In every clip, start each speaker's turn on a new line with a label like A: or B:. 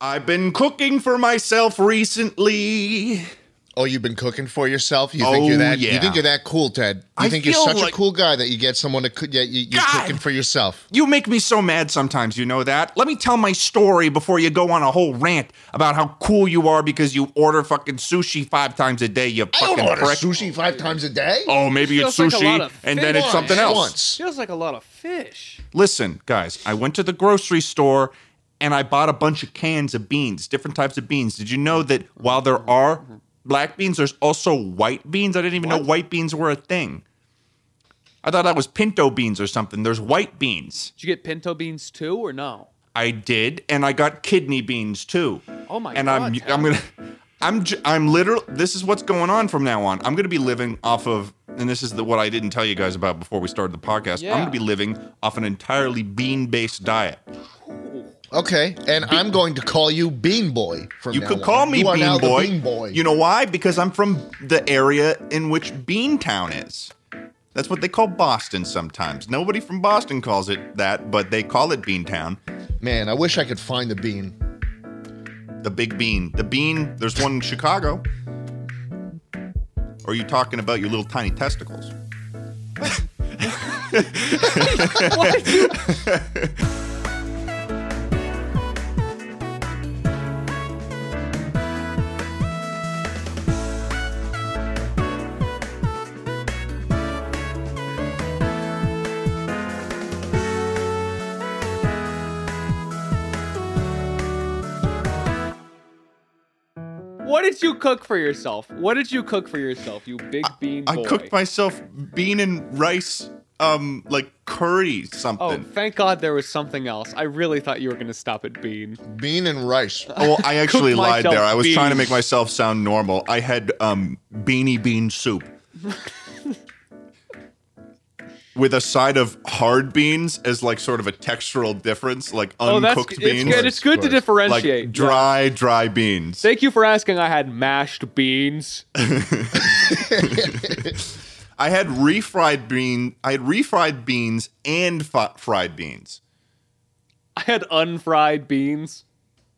A: I've been cooking for myself recently.
B: Oh, you've been cooking for yourself. You
A: Oh,
B: think you're that?
A: yeah.
B: You think you're that cool, Ted? You
A: I
B: think you're
A: feel
B: such
A: like-
B: a cool guy that you get someone to cook? Yeah, you, you're
A: God!
B: cooking for yourself.
A: You make me so mad sometimes, you know that? Let me tell my story before you go on a whole rant about how cool you are because you order fucking sushi five times a day, you
B: I
A: fucking
B: don't order
A: prick.
B: sushi five times a day.
A: Oh, maybe it's
C: Feels like a
A: sushi
C: lot of
A: and then it's
C: fish.
A: something else.
B: Once.
C: Feels like a lot of fish.
A: Listen, guys, I went to the grocery store and I bought a bunch of cans of beans, different types of beans. Did you know that while there are black beans, there's also white beans? I didn't even know white beans were a thing. I thought that was pinto beans or something. There's white beans.
C: Did you get pinto beans too, or no?
A: I did, and I got kidney beans too.
C: Oh my
A: and
C: God,
A: And
C: Ted.
A: I'm, I'm gonna, I'm, j- I'm literally. This is what's going on from now on. I'm gonna be living off of, and this is the, what I didn't tell you guys about before we started the podcast.
C: Yeah.
A: I'm gonna be living off an entirely bean-based diet.
B: Okay, and I'm going to call you Bean Boy. From
A: You
B: now
A: could
B: on.
A: call me
B: you are
A: bean,
B: now the
A: boy.
B: Bean Boy.
A: You know why? Because I'm from the area in which Beantown is. That's what they call Boston sometimes. Nobody from Boston calls it that, but they call it Beantown.
B: man, I wish I could find the bean.
A: The big bean. The bean, there's one in Chicago. Or are you talking about your little tiny testicles?
C: What did you cook for yourself? What did you cook for yourself, you big bean
A: I
C: boy?
A: cooked myself bean and rice, um, like curry
C: Oh,
A: something.
C: thank God there was something else. I really thought you were gonna stop at bean.
B: Bean and rice.
A: Oh, well, I actually
C: Cooked
A: lied
C: myself
A: there. I was trying to
C: beans.
A: make myself sound normal. I had um, beanie bean soup with a side of hard beans as like sort of a textural difference, like
C: oh, that's
A: uncooked
C: it's
A: beans,
C: good. It's good to
B: Gross.
C: differentiate.
A: like dry, dry beans.
C: Thank you for asking. I had mashed beans.
A: I had refried bean. I had refried beans and fi- fried beans
C: I had unfried beans.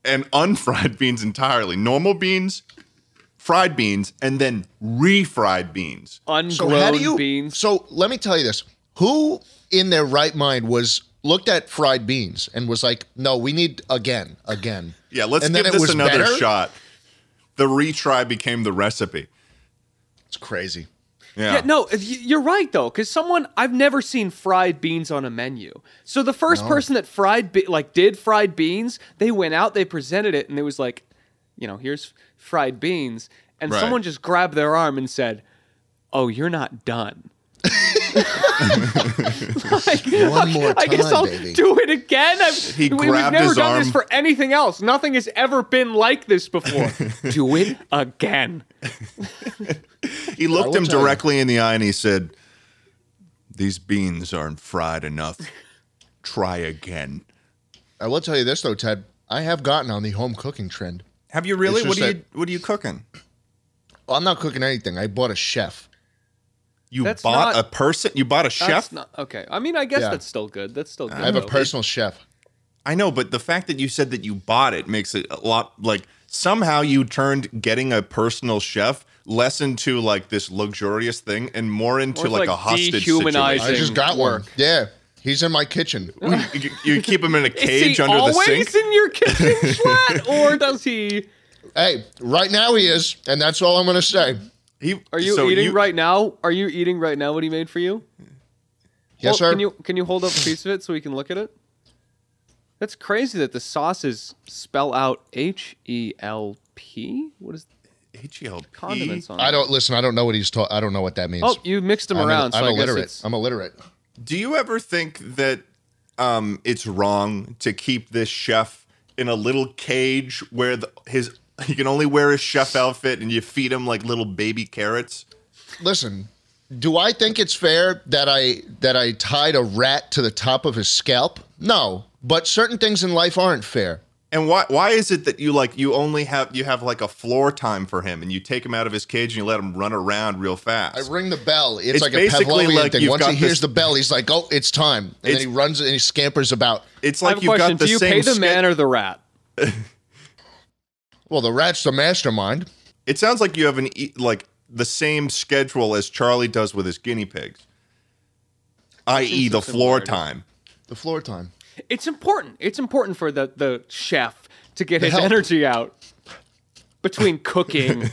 A: and unfried beans entirely. Normal beans, fried beans, and then refried beans.
C: Ungrown
B: So how do you?
C: beans.
B: So let me tell you this: Who in their right mind was looked at fried beans and was like, "No, we need again, again."
A: Yeah, let's
B: and
A: give
B: then it
A: this
B: was
A: another
B: better?
A: shot. The retry became the recipe.
B: It's crazy.
A: Yeah.
C: Yeah, no, if y- you're right though, because someone I've never seen fried beans on a menu. So the first person that fried be- like did fried beans, they went out, they presented it, and it was like, you know, here's fried beans, and
A: Right.
C: someone just grabbed their arm and said, "Oh, you're not done." Like,
B: One more
C: I guess
B: time,
C: I'll
B: baby.
C: do it again. I've,
A: He
C: we- we've
A: grabbed
C: never
A: his
C: done this
A: arm.
C: for anything else. Nothing has ever been like this before. do it again.
A: He looked
B: will
A: him
B: tell you.
A: directly in the eye and he said, These beans aren't fried enough. Try again.
B: I will tell you this though, Ted. I have gotten on the home cooking trend.
A: Have you
B: really? It's What just are you-
A: what are you cooking?
B: Well, I'm not cooking anything. I bought a chef.
A: You
C: That's
A: bought
C: not-
A: a person you bought a chef?
C: That's not, okay. I mean, I guess
B: Yeah.
C: that's still good. That's still good.
B: I have a
C: though.
B: personal chef.
A: I know, but the fact that you said that you bought it makes it a lot like somehow you turned getting a personal chef less into like this luxurious thing and more into
C: More
A: like,
C: like
A: a hostage
C: dehumanizing.
A: situation.
B: I just got
C: work.
B: one. Yeah, he's in my kitchen.
A: you, you keep him in a
C: Is
A: cage
C: he
A: under the
C: always
A: sink.
C: in your kitchen, Schlatt, or does he?
B: hey, right now he is, and that's all I'm gonna say.
A: He-
C: Are you
A: so
C: eating right now? Are you eating right now? What he made for you?
B: Yes,
C: Well,
B: sir.
C: Can you can you hold up a piece of it so we can look at it? That's crazy that the sauces spell out H E L P. What is
A: HELP. E
C: condiments on?
B: I
C: it?
B: don't listen. I don't know what he's talking. I don't know what that means.
C: Oh, you mixed them
B: I'm,
C: around.
B: I'm
C: so I guess
B: illiterate.
C: it's-
B: I'm illiterate.
A: Do you ever think that um, it's wrong to keep this chef in a little cage where the, his he can only wear his chef outfit and you feed him like little baby carrots?
B: Listen, do I think it's fair that I that I tied a rat to the top of his scalp? No, but certain things in life aren't fair.
A: And why why is it that you like you only have you have like a floor time for him and you take him out of his cage and you let him run around real fast?
B: I ring the bell. It's,
A: It's
B: like a
A: basically
B: Pavlovian
A: like
B: thing.
A: you've
B: Once he
A: got
B: hears
A: this-
B: the bell, he's like, "Oh, it's time!" And then
A: It's-
B: he runs and he scampers about.
A: it's
C: I
A: like
C: have a
A: you've
C: question.
A: got the
C: Do you
A: same
C: pay the
A: ske-
C: man or the rat?
B: Well, the rat's the mastermind.
A: It sounds like you have an e- like the same schedule as Charlie does with his guinea pigs, i.e., the floor time.
B: The floor time.
C: It's important. It's important for the the chef to get his
B: help.
C: energy out between cooking.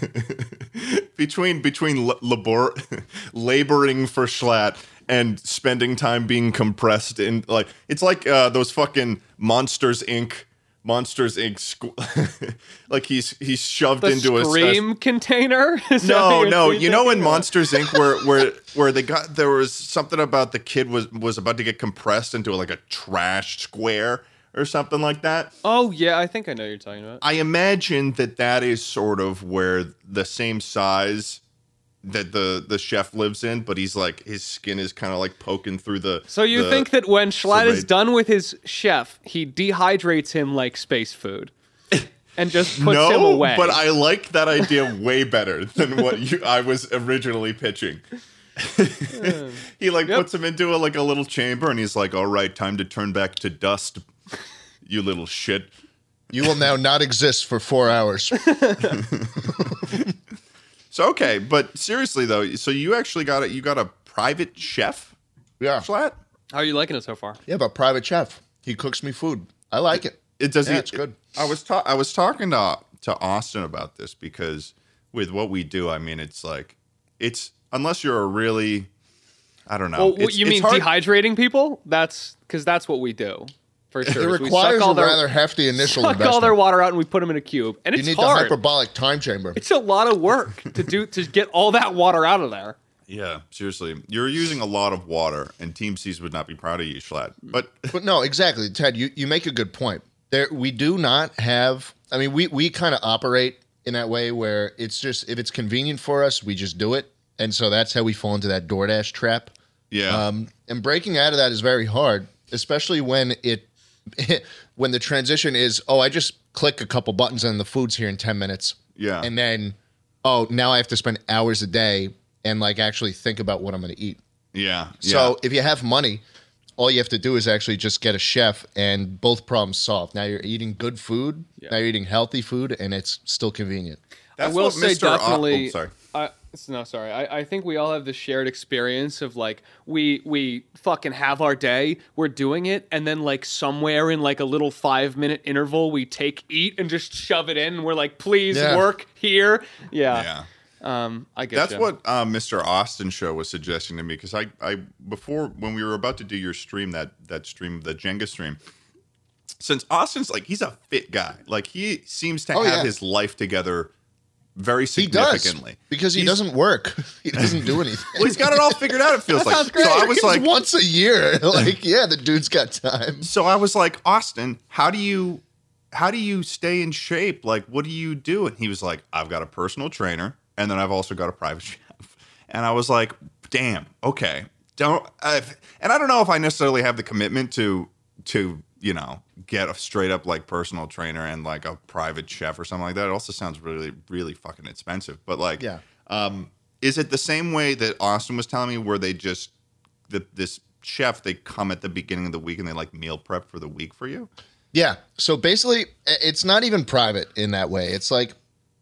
A: between between l- labor laboring for Schlatt and spending time being compressed in like it's like uh, those fucking Monsters Inc. Monsters Inc. Squ- like he's he's shoved
C: the
A: into a- a
C: scream container. Is that
A: no,
C: what
A: no.
C: you're
A: You know in
C: thinking?
A: Monsters Inc. where where where they got there was something about the kid was was about to get compressed into like a trash square or something like that.
C: Oh yeah, I think I know what you're talking about.
A: I imagine that that is sort of where the same size that the the chef lives in, but he's like his skin is kind of like poking through the.
C: So you
A: the-
C: think that when Schlatt is
A: serrate.
C: done with his chef, he dehydrates him like space food, and just puts
A: no,
C: him away.
A: but I like that idea way better than what you I was originally pitching. he like puts him into a, like a little chamber, and he's like, "All right, time to turn back to dust, you little shit."
B: You will now not exist for four hours.
A: So okay, but seriously though, so you actually got it. You got a private chef
B: Yeah.
A: flat.
C: How are you liking it so far?
B: Yeah, but private chef. He cooks me food. I like it.
A: it doesn't.
B: Yeah, it's good.
A: I was ta- I was talking to to Austin about this because with what we do, I mean, it's like it's unless you're a really, I don't know.
C: Well, what
A: it's-
C: you
A: it's
C: mean
A: hard-
C: dehydrating people? That's because that's what we do for sure.
B: It
C: is we
B: requires
C: suck all
B: a
C: their,
B: rather hefty initial
C: suck
B: investment.
C: all their water out and we put them in a cube, and
B: you
C: it's
B: need the
C: hard.
B: hyperbolic time chamber.
C: it's a lot of work to do to get all that water out of there.
A: Yeah, seriously, you're using a lot of water, and Team C's would not be proud of you, Schlatt. But
B: But no, exactly, Ted. You you make a good point. There, we do not have. I mean, we we kind of operate in that way where it's just if it's convenient for us, we just do it, and so that's how we fall into that DoorDash trap.
A: yeah,
B: Um, and breaking out of that is very hard, especially when it when the transition is oh, I just click a couple buttons and the food's here in ten minutes.
A: Yeah.
B: and then oh, now I have to spend hours a day and like actually think about what I'm going to eat.
A: yeah, yeah.
B: So if you have money, all you have to do is actually just get a chef, and both problems solved. Now you're eating good food. Now you're eating healthy food, and it's still convenient.
A: That's
C: I will
A: what
C: say
A: Mr. O-
C: definitely.
A: oh, sorry.
C: I, it's- no, sorry. I, I think we all have the shared experience of like we we fucking have our day, we're doing it, and then like somewhere in like a little five minute interval, we take eat and just shove it in. And we're like, please
B: Yeah.
C: work here.
B: uh,
C: Yeah.
A: Yeah.
C: Um, I get
A: That's
C: ya.
A: what uh, Mr. Austin show was suggesting to me because I, I before when we were about to do your stream that that stream the Jenga stream, since Austin's like he's a fit guy, like he seems to
B: Oh,
A: have
B: yeah.
A: his life together very
B: He does
A: significantly.
B: because he
A: He's-
B: doesn't work. He doesn't do anything.
A: Well, he's got it all figured out. It feels like
C: sounds great.
A: so. I was
B: It's
A: like,
B: once a year. Like yeah, the dude's got time.
A: so I was like, Austin, how do you how do you stay in shape? Like, what do you do? And he was like, I've got a personal trainer, and then I've also got a private chef. And I was like, damn, okay, don't. i and I don't know if I necessarily have the commitment to to you know get a straight up like personal trainer and like a private chef or something like that. It also sounds really really fucking expensive. But like,
B: Yeah.
A: um, is it the same way that Austin was telling me where they just the, this chef they come at the beginning of the week and they like meal prep for the week for you?
B: Yeah. So basically, i- it's not even private in that way. It's like,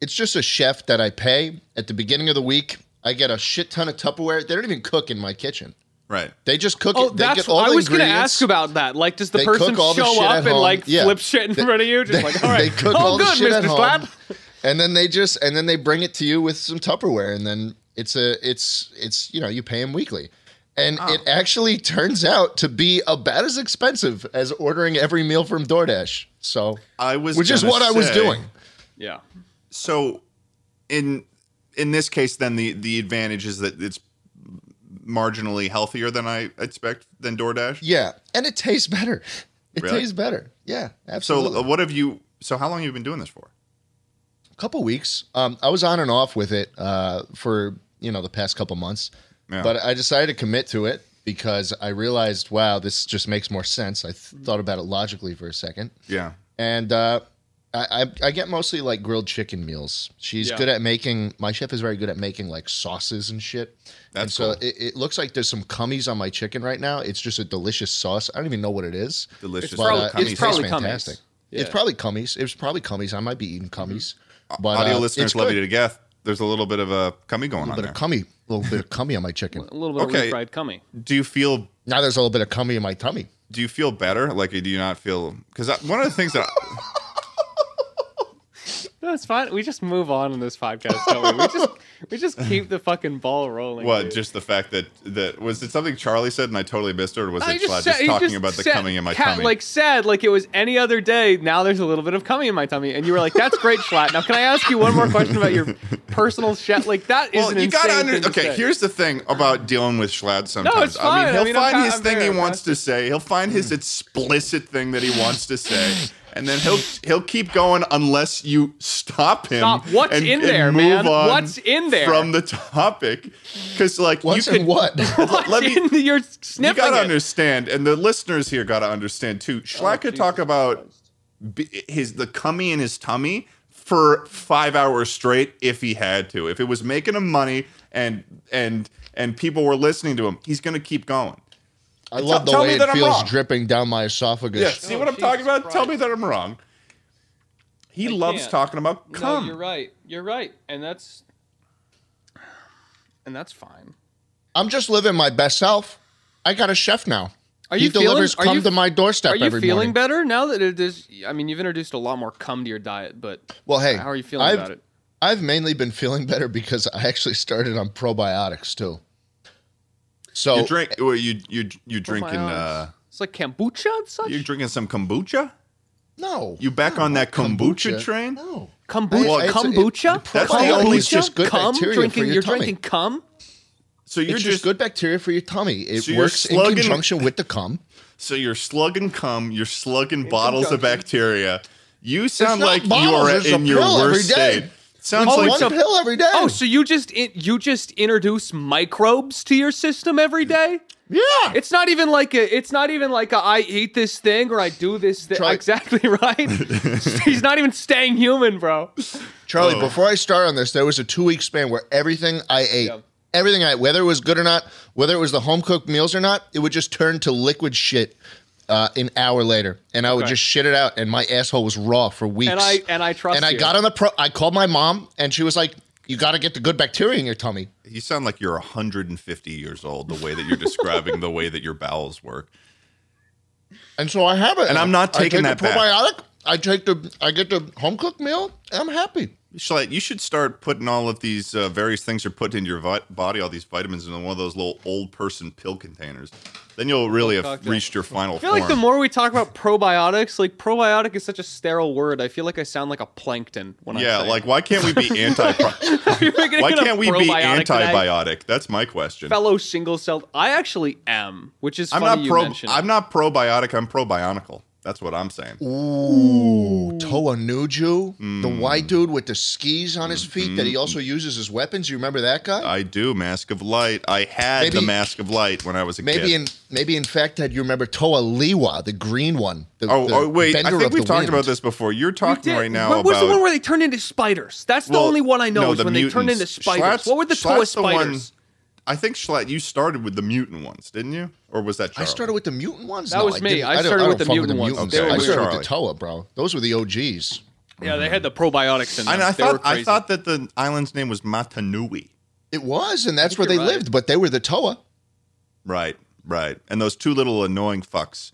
B: it's just a chef that I pay at the beginning of the week. I get a shit ton of Tupperware. They don't even cook in my kitchen.
A: Right.
B: They just cook
C: Oh,
B: it. They
C: that's
B: get all
C: what I
B: the
C: was gonna
B: ingredients.
C: ask about that. Like, does the
B: They
C: person
B: cook all the
C: show
B: shit at
C: up and
B: home.
C: like
B: Yeah.
C: flip shit in front of you? Just like, all right,
B: they cook
C: oh,
B: all
C: good,
B: the shit
C: Mr.
B: at home,
C: Slap.
B: and then they just and then they bring it to you with some Tupperware, and then it's a it's it's you know you pay them weekly, and
C: Oh.
B: it actually turns out to be about as expensive as ordering every meal from DoorDash. So
A: I was
B: which is
A: gonna
B: what I was
A: say-
B: doing.
C: Yeah.
A: So in in this case then the the advantage is that it's marginally healthier than I expect than DoorDash.
B: Yeah, and it tastes better. It
A: Really?
B: tastes better. Yeah, absolutely.
A: So uh, what have you so how long have you been doing this for?
B: couple weeks. Um, I was on and off with it uh, for you know the past couple months,
A: Yeah.
B: but I decided to commit to it because I realized, wow, this just makes more sense. I th- thought about it logically for a second,
A: Yeah.
B: and uh, I, I I get mostly like grilled chicken meals. She's
C: Yeah.
B: good at making. My chef is very good at making like sauces and shit. and
A: That's
B: so
A: cool.
B: it, it looks like there's some cummies on my chicken right now. It's just a delicious sauce. I don't even know what it is.
A: Delicious.
C: Prob-
A: little
B: uh,
A: cummy
B: it
C: it's probably
A: sauce.
B: tastes
C: Cummings.
B: fantastic. It's probably cummies. It was probably cummies. I might be eating
C: Mm-hmm.
B: cummies. But
A: Audio
B: uh,
A: listeners
B: it's
A: love
B: good.
A: you to death. There's a little bit of a cummy going
B: A
A: on
B: little bit of
A: there.
B: cummy, a little bit of cummy on my chicken.
C: a little bit
A: Okay.
C: of refried cummy.
A: Do you feel
B: Now there's a little bit of cummy in my tummy.
A: do you feel better? Like, do you not feel? Because one of the things that
C: No, it's fine. We just move on in this podcast, don't we? We just we just keep the fucking ball rolling.
A: what
C: dude.
A: just the fact that that was it something Charlie said and I totally missed it, or was
C: I
A: it Schlad just,
C: said- he
A: talking
C: just
A: about the
C: said-
A: coming in my
C: Kat,
A: tummy?
C: Like sad, like it was any other day. Now there's a little bit of coming in my tummy, and you were like, "That's great, Schlatt." Now, can I ask you one more question about your personal shit? Like that is
A: well,
C: an
A: you gotta
C: insane thing
A: under,
C: to
A: okay.
C: say.
A: Here's the thing about dealing with Schlad. Sometimes
C: it's fine.
A: I
C: I
A: mean, he'll
C: mean, I'm
A: find
C: ki-
A: his
C: I'm
A: thing
C: there,
A: he
C: I'm
A: wants to say. He'll find his explicit thing that he wants to say, and then he'll he'll keep going unless you stop him.
C: Stop. What's
A: and-
C: in
A: and
C: there,
A: move
C: man?
A: on
C: What's in there?
A: from the topic? Because like
B: What's
A: you
B: in
A: could
B: what?
C: What's
A: let me-
C: in your
A: you
C: sniffing?
A: gotta
C: it?
A: understand, and the listeners here gotta understand too.
B: Oh,
A: Schlack could talk
C: Jesus
A: about b- his the cummy in his tummy for five hours straight if he had to. If it was making him money and and and people were listening to him, he's gonna keep going.
B: I love the
A: tell me
B: way
A: that
B: it
A: I'm
B: feels
A: wrong.
B: dripping down my esophagus.
A: Yeah, see
C: Oh,
A: what I'm
C: Jesus
A: talking about? Tell
C: Christ.
A: me that I'm wrong. He
C: I
A: loves
C: can't.
A: talking about
C: No,
A: cum.
C: you're right. You're right, and that's and that's fine.
B: I'm just living my best self. I got a chef now.
C: Are
B: he
C: you feeling-
B: delivers
C: are
B: cum
C: you-
B: to my doorstep
C: Are you
B: every
C: feeling
B: morning.
C: better now that it is? I mean, you've introduced a lot more cum to your diet, but
B: well, hey,
C: how are you feeling
B: I've,
C: about it?
B: I've mainly been feeling better because I actually started on probiotics too. So
A: You drink well, you you you drinking uh
C: Probiotics. it's like kombucha and such.
A: you drinking some kombucha?
B: no,
A: You back on that kombucha, train?
B: No,
C: Kombucha.
A: Well,
B: it's- it-
C: kombucha.
A: That's the only-
B: it's just good
C: cum?
B: bacteria for
C: drinking,
B: your
C: You're
B: tummy.
C: drinking cum.
A: So you're
B: it's just,
A: just
B: good bacteria for your tummy. It
A: So you're
B: works in
A: slugging-
B: conjunction with the cum.
A: So you're slugging cum, you're slugging bottles of
C: conjunction.
A: bacteria. You sound
B: not
A: like you
B: bottles,
A: are
B: there's a
A: in your
B: pill every
A: worst
B: day.
A: state. Sounds
C: Oh,
A: like
B: One
C: it's a-
B: pill every day.
C: Oh, so you just in, you just introduce microbes to your system every day?
B: yeah.
C: It's not even like a. It's not even like a, I eat this thing or I do this thing.
B: Try-
C: Exactly right. He's not even staying human, bro.
B: Charlie,
A: Oh.
B: before I start on this, there was a two week span where everything I ate,
C: Yeah.
B: everything I ate, whether it was good or not, whether it was the home cooked meals or not, it would just turn to liquid shit uh, an hour later, and I would
C: Okay.
B: just shit it out, and my asshole was raw for weeks.
C: And I and I trust.
B: And I
C: you.
B: got on the pro. I called my mom, and she was like, "You got to get the good bacteria in your tummy."
A: you sound like you're 150 years old the way that you're describing the way that your bowels work.
B: And so I have it.
A: And I'm not taking
B: I
A: that
B: take the
A: back.
B: probiotic. I take the. I get the home cooked meal. And I'm happy.
A: Shalette, you should start putting all of these uh, various things you're putting in your vi- body, all these vitamins, in one of those little old person pill containers. Then you'll really have
C: cocktail.
A: reached your final
C: I feel
A: form.
C: like the more we talk about probiotics, like probiotic is such a sterile word. I feel like I sound like a plankton when
A: yeah,
C: I
A: like why can't we be anti? why can't we be antibiotic? That's my question.
C: Fellow single celled. I actually am, which is
A: I'm
C: funny
A: not
C: you
A: pro.
C: mentioned.
A: I'm not probiotic. I'm probionical. That's what I'm saying.
B: Ooh, Toa Nuju, the
A: Mm.
B: white dude with the skis on his feet that he also uses as weapons. You remember that guy?
A: Mm-hmm. I do Mask of Light. I had the
B: Maybe-
A: Mask of Light when I was a kid.
B: Maybe in maybe in fact that you remember Toa Liwa, the green one. The,
A: oh,
B: the
A: oh, wait, I
B: bender
A: think
B: of
A: we've
B: the
A: talked
B: wind.
A: about this before. You're talking
C: Did-
A: right now
C: What
A: about
C: was the one where they turned into spiders? That's the
A: Well,
C: only one I know
A: no,
C: is
A: the
C: when they turned into
A: mutants.
C: spiders.
A: Schlatt's-
C: what were the Toa
A: Schlatt's the one-
C: spiders?
A: I think Schlatt, you started with the mutant ones, didn't you? Or was that
B: I
A: Charlie?
B: started with the mutant ones.
C: That
B: No,
C: was me.
B: didn't-
C: I
B: don't-
C: started
B: don't
C: with the
B: fuck
C: mutant ones.
B: mutants.
A: They were
B: I started
A: weird.
B: with the Toa, bro. Those were the OGs.
C: yeah, they had the probiotics in them.
A: And I
C: They were
A: thought I
C: crazy.
A: thought that the island's name was Matanui.
B: It was, and that's where they
C: you're right.
B: lived. But they were the Toa.
A: Right, right. And those two little annoying fucks.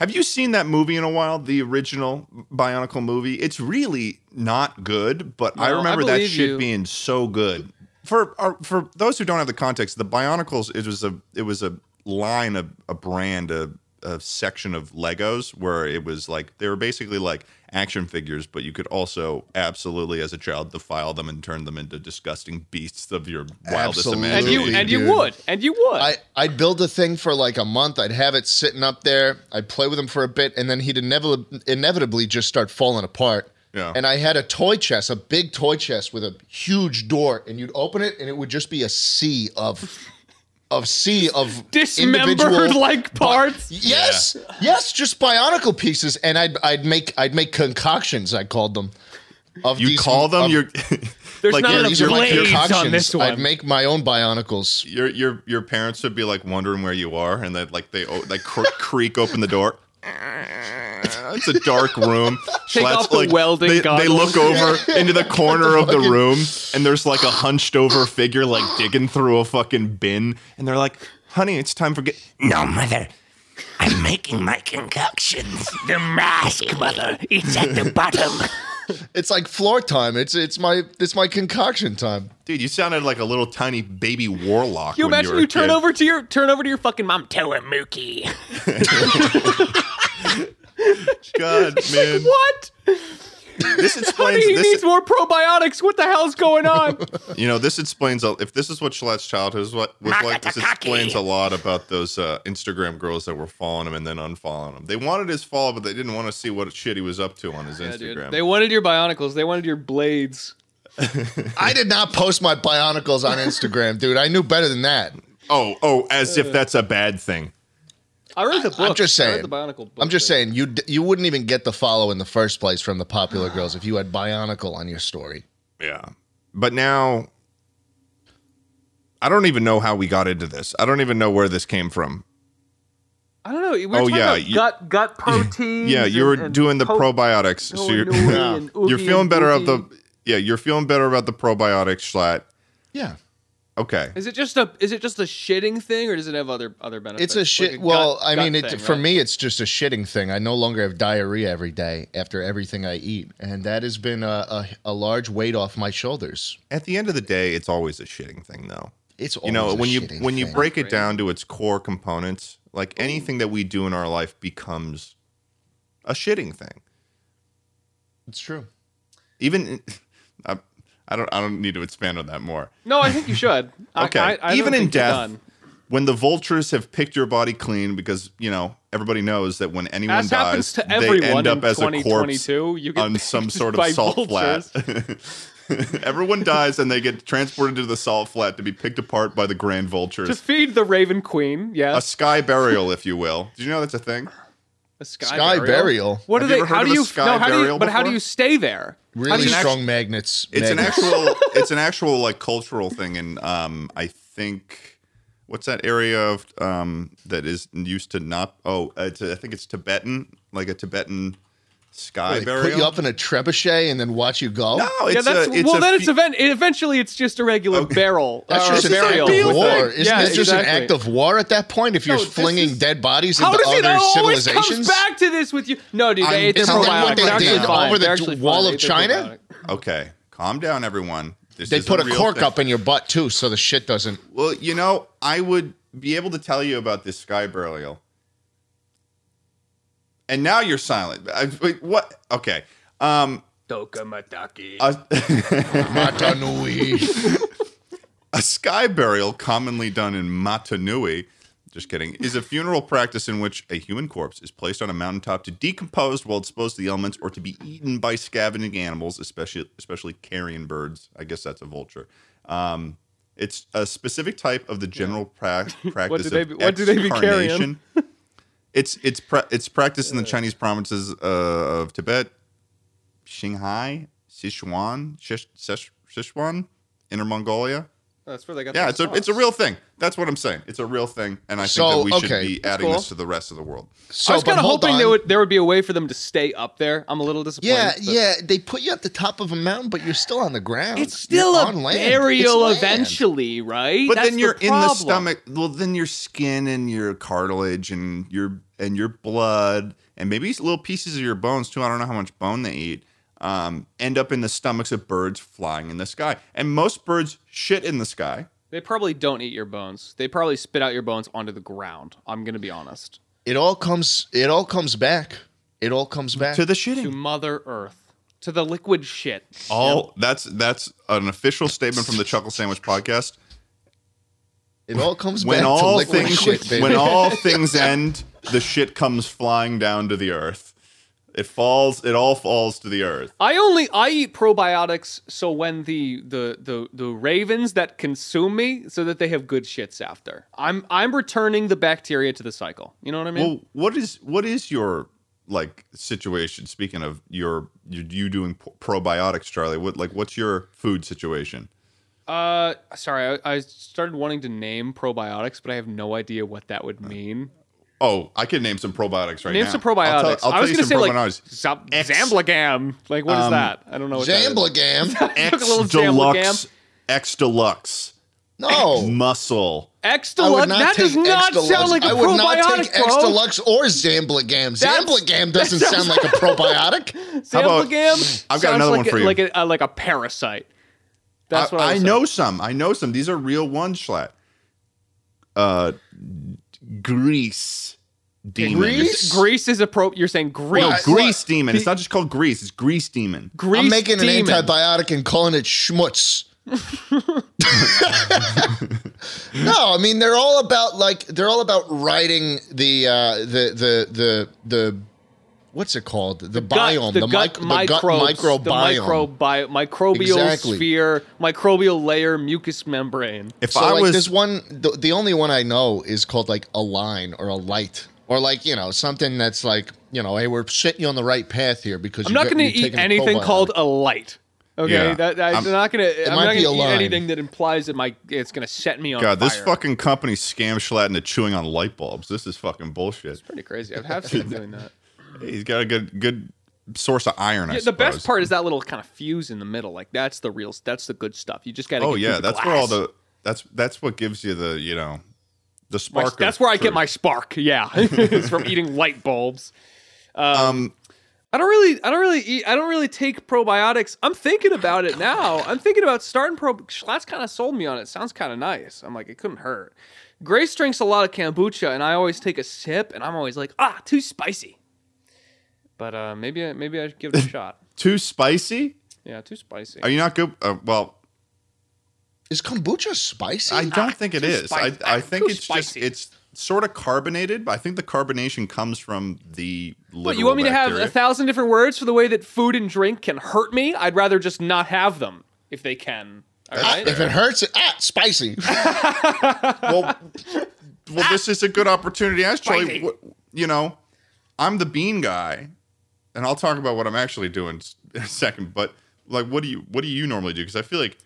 A: Have you seen that movie in a while? The original Bionicle movie. It's really not good, but I
C: No, I
A: remember that
C: believe
A: shit
C: you.
A: being so good. For our, for those who don't have the context, the Bionicles it was a it was a line a, a brand a, a section of Legos where it was like they were basically like action figures, but you could also absolutely as a child defile them and turn them into disgusting beasts of your wildest
B: Absolutely.
A: imagination.
C: and you
B: Absolutely,
C: and you
B: dude.
C: would and you would.
B: I, I'd build the thing for like a month. I'd have it sitting up there. I'd play with him for a bit, and then he'd inevitably, inevitably just start falling apart.
A: Yeah.
B: And I had a toy chest, a big toy chest with a huge door, and you'd open it, and it would just be a sea of, of sea of
C: Dismembered
B: individual-
C: like parts.
B: Yes, yes, just bionical pieces, and I'd I'd make I'd make concoctions. I called them. Of
A: You
B: these-
A: call them
B: of-
A: your.
C: There's not
A: your-
C: enough
B: these are my
C: blades on
B: concoctions.
C: this
B: I'd
C: one.
B: make my own bionicles.
A: your your your parents would be like wondering where you are, and they'd like they o- like cr- creak open the door. It's a dark room.
C: Take
A: Schlatt's
C: off the welding
A: They, they
C: goggles.
A: look over into the corner of the room, and there's like a hunched over figure like digging through a fucking bin, and they're like, "Honey, it's time for get."
D: No, mother. I'm making my concoctions. The mask, mother. It's at the bottom.
B: It's like floor time. It's it's my it's my concoction time.
A: Dude, you sounded like a little tiny baby warlock.
C: you
A: when
C: imagine
A: you,
C: you,
A: were a
C: turn
A: kid.
C: over to your turn over to your fucking mom.
D: Tell him, Mookie.
A: God, man,
C: What?
A: this explains
C: He
A: this.
C: needs more probiotics. What the hell's going on?
A: You know, this explains a- if this is what Shalat's childhood is what was like. This
D: Makatakaki.
A: explains a lot about those uh, Instagram girls that were following him and then unfollowing him. They wanted his follow, but they didn't want to see what shit he was up to on his Instagram.
C: They wanted your bionicles. They wanted your blades.
B: I did not post my bionicles on Instagram, dude. I knew better than that.
A: oh, oh, as
C: Uh.
A: if that's a bad thing.
C: I read the book.
B: just
C: I
B: saying.
C: read the bionicle book.
B: I'm just saying you d- you wouldn't even get the follow in the first place from the popular girls if you had bionicle on your story.
A: Yeah, but now I don't even know how we got into this. I don't even know where this came from.
C: I don't know. We were
A: Oh,
C: talking
A: yeah,
C: about
A: you-
C: gut gut proteins.
A: Yeah, you
C: and-
A: were
C: and
A: doing the
C: Mm, uh, po-
A: probiotics, so you're
C: Koinui and Oogie
A: you're feeling
C: and
A: better about
C: Boogie.
A: the yeah, you're feeling better about the probiotics, Schlatt.
B: Yeah.
A: Okay.
C: Is it just a is it just a shitting thing or does it have other other benefits?
B: It's a shit.
C: Like gut-
B: well, I
C: gut
B: mean, it,
C: thing,
B: for
C: right?
B: me, it's just a shitting thing. I no longer have diarrhea every day after everything I eat, and that has been a, a, a large weight off my shoulders.
A: At the end of the day, it's always a shitting thing, though.
B: It's
A: you know
B: always a
A: when you
B: shitting
A: when you
B: thing.
A: break it down to its core components, like
C: Mm-hmm.
A: anything that we do in our life becomes a shitting thing.
B: It's true.
A: Even I, I don't I don't need to expand on that more.
C: No, I think you should. I-
A: Okay,
C: I, I don't
A: even in
C: think you're
A: death,
C: done.
A: When the vultures have picked your body clean, because you know everybody knows that when anyone
C: As happens
A: dies,
C: to
A: they
C: everyone
A: end
C: in
A: up as a corpse
C: 2022, you get
A: on some sort
C: by
A: of salt
C: vultures.
A: flat. everyone dies and they get transported to the salt flat to be picked apart by the grand vultures.
C: to feed the Raven Queen.
A: a
C: Yes,
A: sky burial, if you will. Did you know that's a thing?
C: a,
B: Sky burial?
C: What
A: Have
C: do
A: you
C: they?
A: ever heard
C: how
A: of
C: do
A: a
C: you?
A: sky
C: no, how do you?
A: burial
C: But how do
A: before?
C: you stay there? How do
B: Really
C: you-
B: strong magnets.
A: It's an
B: magnets.
A: actual it's an actual like cultural thing and um I think what's that area of um that is used to not oh it's, I think it's Tibetan like a Tibetan sky
B: They
A: burial.
B: put you up in a trebuchet and then watch you go.
A: no, it's
C: yeah, that's
A: a, it's
C: well.
A: a
C: then it's
A: fe-
C: event. it- eventually, it's just a regular barrel.
B: That's
C: or
B: just an act
C: Uh, burial.
B: of
C: thing.
B: war. Isn't
C: yeah,
B: it just
C: exactly.
B: an act of war at that point? If you're
C: No, this
B: flinging
C: is-
B: dead bodies
C: How
B: into
C: does it
B: other
C: always
B: civilizations?
C: comes back to this with you? No, dude,
A: I'm-
C: they ate their
A: isn't that
C: probiotics.
A: what they
C: They're actually
A: did
C: fine.
B: over the
C: They're actually
B: wall
C: fine.
B: of
C: They ate their
B: China?
C: probiotics.
A: okay. Calm down everyone. This
B: They
A: is
B: put a
A: real
B: cork
A: thing.
B: up in your butt too, so the shit doesn't.
A: Well, you know, I would be able to tell you about this sky burial. And now you're silent. I, wait, what? Okay. Uh, Um a-
B: Matanui.
A: A sky burial, commonly done in Matanui, just kidding, is a funeral practice in which a human corpse is placed on a mountaintop to decompose while exposed to the elements or to be eaten by scavenging animals, especially especially carrion birds. I guess that's a vulture. Um, it's a specific type of the general prac practice
C: they
A: of
C: be- what do they be carrying?
A: excarnation. It's it's pra- it's practiced in the Chinese provinces uh, of Tibet, Shanghai, Sichuan, Sichuan, Sichuan, Sichuan Inner Mongolia.
C: That's where they got.
A: Yeah,
C: their
A: it's a
C: sauce.
A: it's a real thing. That's what I'm saying. It's a real thing, and I think
B: So,
A: that we
B: okay.
A: should be
C: That's
A: adding
C: cool.
A: this to the rest of the world.
B: So,
C: I was
B: but
C: kind of
B: hold
C: hoping
B: on.
C: there would there would be a way for them to stay up there. I'm a little disappointed.
B: Yeah,
C: but-
B: yeah. They put you at the top of a mountain, but you're still on the ground.
C: It's still
B: You're
C: a
B: on land.
C: burial
B: It's land.
C: eventually, right?
A: But
C: That's
A: then you're in the
C: problem.
A: stomach. Well, then your skin and your cartilage and your and your blood and maybe little pieces of your bones too. I don't know how much bone they eat. Um, end up in the stomachs of birds flying in the sky, and most birds shit in the sky.
C: They probably don't eat your bones. They probably spit out your bones onto the ground. I'm gonna be honest.
B: It all comes. It all comes back. It all comes back.
A: To the
C: To
A: shitting.
C: Mother Earth, to the liquid shit.
A: All that's that's an official statement from the Chuckle Sandwich podcast.
B: it all comes
A: when
B: back. to
A: all
B: liquid
A: things
B: shit, baby.
A: when all things end, the shit comes flying down to the earth. It falls. It all falls to the earth.
C: I only I eat probiotics so when the the the the ravens that consume me so that they have good shits after. I'm I'm returning the bacteria to the cycle. You know what I mean?
A: Well, what is what is your like situation? Speaking of your you, you doing p- probiotics, Charlie. What like what's your food situation?
C: Uh, sorry, I, I started wanting to name probiotics, but I have no idea what that would mean.
A: Oh, I can name some probiotics right
C: Name
A: now.
C: some probiotics.
A: I'll tell, I'll
C: I
A: tell
C: was
A: you
C: going to
A: some
C: say like
A: probiotics.
C: Zam-
A: X- Um,
C: Zamblagam. Like what is that? I don't know what that
B: Jamblagam.
C: is. Took a little
A: X deluxe.
C: Zamblagam.
A: X deluxe.
C: Oh.
B: No.
A: Muscle.
C: X
B: I
C: deluxe.
B: would not
C: That
B: take
C: does not
B: X Deluxe.
C: sound like a
B: I would not take
C: probiotic,
B: X
C: bro.
B: Deluxe or Zamblagam. Zamblagam doesn't sound like a probiotic.
A: How about-
C: Zamblagam.
A: I've got
C: sounds
A: another
C: like
A: one
C: a,
A: for you.
C: Like a, uh, like a parasite. That's
A: I,
C: what I,
A: I
C: was
A: know some. I know some. These are real ones, Schlatt. Uh, Grease demon.
B: Grease?
C: Saying. Grease is a pro. You're saying Greece.
B: Well, I-
A: Grease demon. It's not just called Grease. It's Grease demon.
C: Grease
B: I'm making
C: demon.
B: an antibiotic and calling it schmutz. no, I mean they're all about like they're all about writing the uh, the the the the what's it called the,
C: Gut-
B: biome
C: the, gut
B: mic-
C: microbes,
B: gut
C: the
B: microbiome.
C: microbi- microbial
B: Exactly.
C: sphere, microbial layer, mucous membrane.
A: If
B: so
A: I
B: like
A: was
B: this one, the, the only one I know is called like a line or a light or like you know something that's like you know hey we're setting you on the right path here because
C: I'm
B: you're
C: not
B: go-
C: going to
B: you're
C: eat
B: taking a
C: anything
B: probiotic.
C: called a light. Okay,
A: Yeah.
C: that, I'm,
A: I'm-
C: not going to. I'm
B: might
C: not
B: be
C: going to
B: a
C: eat
B: line.
C: anything that implies that my it's going to set me on
A: God,
C: fire.
A: this fucking company scam Schlatt into chewing on light bulbs. This is fucking bullshit.
C: pretty crazy. I'd have seen him doing that.
A: He's got a good good source of iron. I
C: Yeah, the best
A: suppose.
C: part is that little kind of fuse in the middle. Like that's the real. That's the good stuff. You just got to.
A: Oh yeah, that's where all the that's that's what gives you the you know the
C: My-
A: spark. of
C: that's where I
A: truth.
C: get my spark. Yeah, it's from eating light bulbs. Um, I don't really, I don't really eat, I don't really take probiotics. I'm thinking about it now. I'm thinking about starting pro. Schlatt's kind of sold me on it. Sounds kind of nice. I'm like, it couldn't hurt. Grace drinks a lot of kombucha, and I always take a sip, and I'm always like, ah, too spicy. But uh, maybe, I, maybe I should give it a shot.
A: too spicy.
C: Yeah, too spicy.
A: Are you not good? Uh, well,
B: is kombucha spicy?
A: I don't think it
C: too
A: is. I,
C: spicy.
A: I
C: Ah,
A: think
C: too
A: it's
C: spicy.
A: just it's sort of carbonated. But I think the carbonation comes from the.
C: What, you want me to
A: literal
C: have a
A: bacteria.
C: thousand different words for the way that food and drink can hurt me? I'd rather just not have them if they can. All
B: Ah,
C: right?
B: if it hurts, it, ah, spicy.
A: well, well, this is a good opportunity. Actually,
C: Spicy.
A: wh- you know, I'm the bean guy, and I'll talk about what I'm actually doing s- in a second. But like, what do you what do you normally do? Because I feel like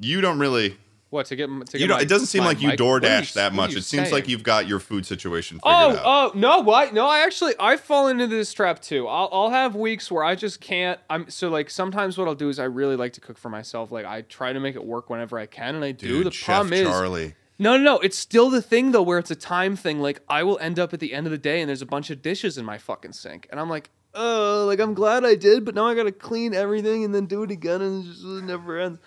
A: you don't really.
C: What to get? m- To
A: You
C: get
A: don't,
C: my-
A: it doesn't seem
C: my
A: like you
C: mic-
A: DoorDash
C: what are you-
A: that
C: what are
A: much.
C: you
A: It seems like
C: saying?
A: you've got your food situation figured
C: Oh,
A: out.
C: oh no! What? No, I actually I fall into this trap too. I'll I'll have weeks where I just can't. I'm so like sometimes what I'll do is I really like to cook for myself. Like I try to make it work whenever I can, and I do.
A: Dude,
C: the
A: Chef
C: problem is
A: Charlie.
C: No, no, no. It's still the thing though, where it's a time thing. Like I will end up at the end of the day, and there's a bunch of dishes in my fucking sink, and I'm like, oh, like I'm glad I did, but now I gotta clean everything and then do it again, and it just never ends.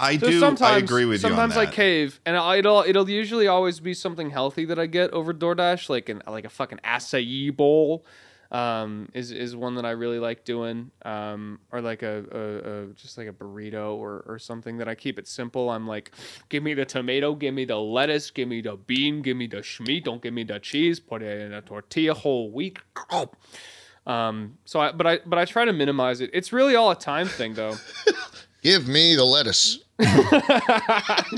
A: I
C: So
A: do.
C: sometimes,
A: I agree with
C: sometimes
A: you. on
C: I
A: that.
C: cave, and I, it'll it'll usually always be something healthy that I get over DoorDash, like an like a fucking acai bowl. Um, is is one that I really like doing, um, or like a, a, a just like a burrito or, or something that I keep it simple. I'm like, give me the tomato, give me the lettuce, give me the bean, give me the shmeat, don't give me the cheese. Put it in a tortilla, whole wheat. Um, so I but I but I try to minimize it. It's really all a time thing though.
B: Give me the lettuce.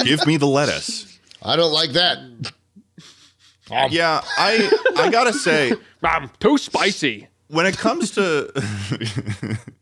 A: Give me the lettuce.
B: I don't like that.
A: Yeah, I I gotta say,
C: I'm too spicy.
A: when it comes to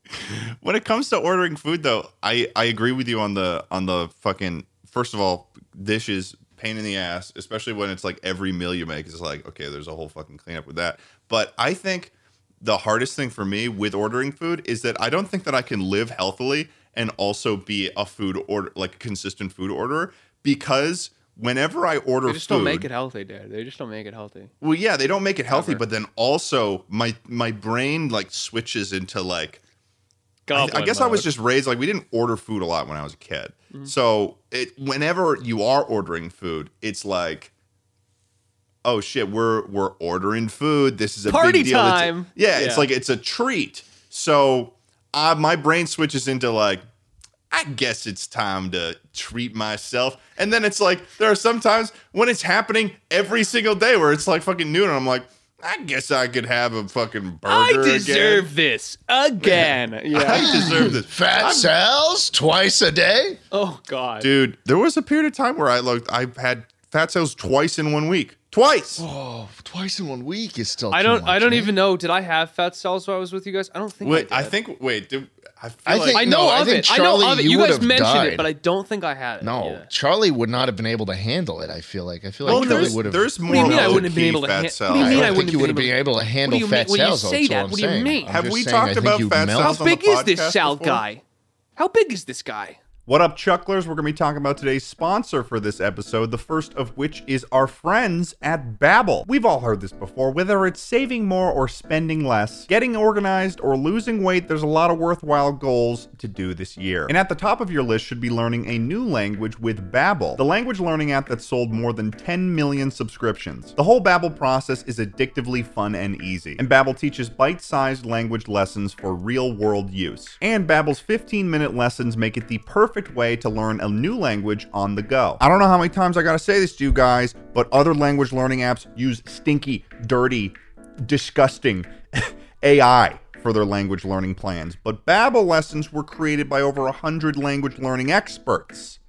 A: when it comes to ordering food though, I I agree with you on the on the fucking first of all, dishes pain in the ass, especially when it's like every meal you make is like, okay, there's a whole fucking cleanup with that. But I think the hardest thing for me with ordering food is that I don't think that I can live healthily and also be a food order like a consistent food orderer because whenever I order
C: They just
A: food
C: don't make it healthy, dude. They just don't make it healthy.
A: Well, yeah, they don't make it healthy, but then also my my brain like switches into like I, I guess I was just raised like we didn't order food a lot when I was a kid.
C: Mm-hmm.
A: So it whenever you are ordering food, it's like oh shit, we're we're ordering food. This is a
C: Party
A: big deal. It's a-
C: time.
A: yeah,
C: Yeah.
A: it's like it's a treat. So uh, my brain switches into like I guess it's time to treat myself. And then it's like there are some times when it's happening every single day where it's like fucking noon and I'm like I guess I could have a fucking burger
C: I
A: again.
C: deserve this again. Yeah.
A: I deserve this.
B: Fat cells twice a day.
C: oh God.
A: Dude, there was a period of time where I looked, I had fat sales twice in one week. Twice.
B: Oh, twice in one week is still.
E: I
B: too
E: don't.
B: much,
E: I don't
B: man.
E: even know. Did I have fat cells while I was with you guys? I don't think.
A: Wait,
E: I,
A: I
E: did.
A: think. Wait, did, I feel
B: I
A: like
B: think-
E: I know
B: no, I
E: of
B: think
E: it. I know
B: Charlie,
E: of it.
B: you
E: You,
B: would
E: guys
B: have
E: mentioned
B: died.
E: it, but I don't think I had it.
B: No,
E: Yeah.
B: Charlie would not have been able to handle it. I feel like. I feel
A: Well,
B: like Charlie
A: there's,
B: would have.
A: there's
E: do you
A: more
E: mean I wouldn't
A: low
E: have been able
A: key
E: to
A: fat
E: hand-
A: cells.
E: what do you
B: I
E: mean
B: don't
E: I
B: think
E: wouldn't
B: you
E: have
B: would have
E: been
B: been able to handle
E: you
B: fat
E: mean- when you
B: cells.
E: say
B: that's
E: that,
B: all I'm
E: what do you
B: saying.
E: mean?
B: I'm
A: Have
B: just
A: we
B: saying, I
A: talked
B: think
A: about
B: you
A: fat
B: melt
A: cells
E: How
A: on the
E: big is this
A: podcast
E: Sal
A: before?
E: guy? How big is this guy?
A: What up, Chucklers? We're going to be talking about today's sponsor for this episode, the first of which is our friends at Babbel. We've all heard this before, whether it's saving more or spending less, getting organized or losing weight, there's a lot of worthwhile goals to do this year. And at the top of your list should be learning a new language with Babbel, the language learning app that sold more than 10 million subscriptions. The whole Babbel process is addictively fun and easy, and Babbel teaches bite-sized language lessons for real-world use. And Babbel's 15-minute lessons make it the perfect way to learn a new language on the go. I don't know how many times I got to say this to you guys, but other language learning apps use stinky, dirty, disgusting AI for their language learning plans. But Babbel lessons were created by over 100 language learning experts.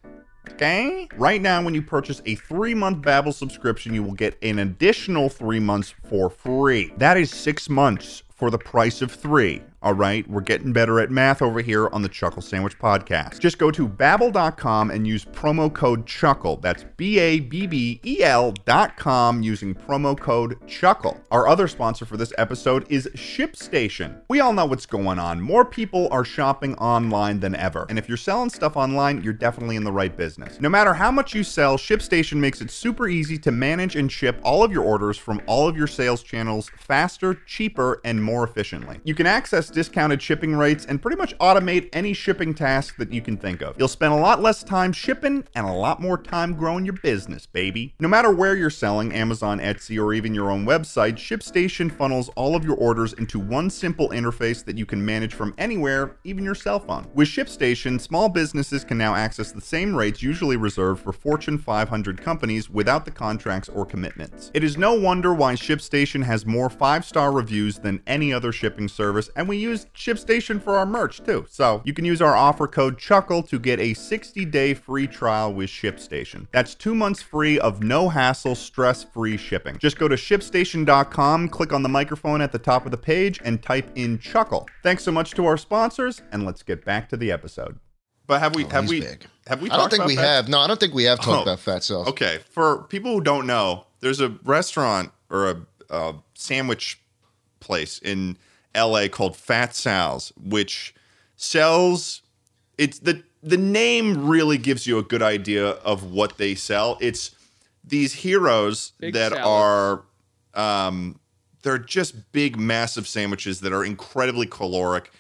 A: Okay? Right now, when you purchase a three month Babbel subscription, you will get an additional three months for free. That is six months for the price of three. All right, we're getting better at math over here on the Chuckle Sandwich Podcast. Just go to babbel.com and use promo code CHUCKLE. That's B A B B E L.com using promo code CHUCKLE. Our other sponsor for this episode is ShipStation. We all know what's going on. More people are shopping online than ever. And if you're selling stuff online, you're definitely in the right business. No matter how much you sell, ShipStation makes it super easy to manage and ship all of your orders from all of your sales channels faster, cheaper, and more efficiently. You can access discounted shipping rates and pretty much automate any shipping task that you can think of. You'll spend a lot less time shipping and a lot more time growing your business, baby. No matter where you're selling, Amazon, Etsy, or even your own website, ShipStation funnels all of your orders into one simple interface that you can manage from anywhere, even your cell phone. With ShipStation, small businesses can now access the same rates usually reserved for Fortune 500 companies without the contracts or commitments. It is no wonder why ShipStation has more five star reviews than any other shipping service, and we use ShipStation for our merch too. So you can use our offer code CHUCKLE to get a 60 day free trial with ShipStation. That's two months free of no hassle, stress free shipping. Just go to shipstation.com, click on the microphone at the top of the page, and type in CHUCKLE. Thanks so much to our sponsors, and let's get back to the episode. But have we, have
B: Oh, he's
A: we,
B: big.
A: have we,
B: I don't
A: talked
B: think
A: about
B: we
A: that?
B: have. No, I don't think we have talked
A: Oh.
B: about fat cells.
A: Okay, for people who don't know, there's a restaurant or a, a sandwich place in L.A. called Fat Sal's, which sells. It's the the name really gives you a good idea of what they sell. It's these heroes
E: Big
A: that
E: salads.
A: are, um, they're just big, massive sandwiches that are incredibly caloric.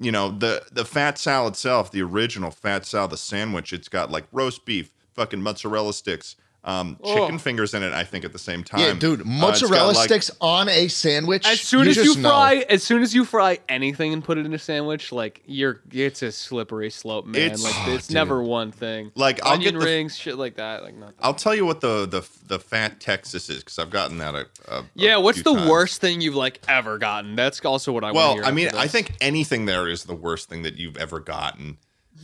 A: You know the the fat salad itself, the original fat salad, the sandwich. It's got like roast beef, fucking mozzarella sticks, um,
E: Oh.
A: chicken fingers in it. I think at the same time.
B: Yeah, dude,
A: Uh, it's got,
B: mozzarella
A: like-
B: sticks on a sandwich.
E: As soon as you
B: just know.
E: fry, as soon as you fry anything and put it in a sandwich, like you're, it's a slippery slope, man.
A: It's-
E: like
A: Oh,
E: it's never one thing.
A: Like, I'll
E: onion
A: get the-
E: rings, shit like that, like nothing.
A: I'll tell you what the the the fat Texas is because I've gotten that a, a
E: yeah,
A: a
E: what's
A: few
E: the
A: times.
E: worst thing you've like ever gotten? That's also what I want to
A: Well,
E: hear.
A: I mean,
E: after
A: I
E: this.
A: think anything there is the worst thing that you've ever gotten.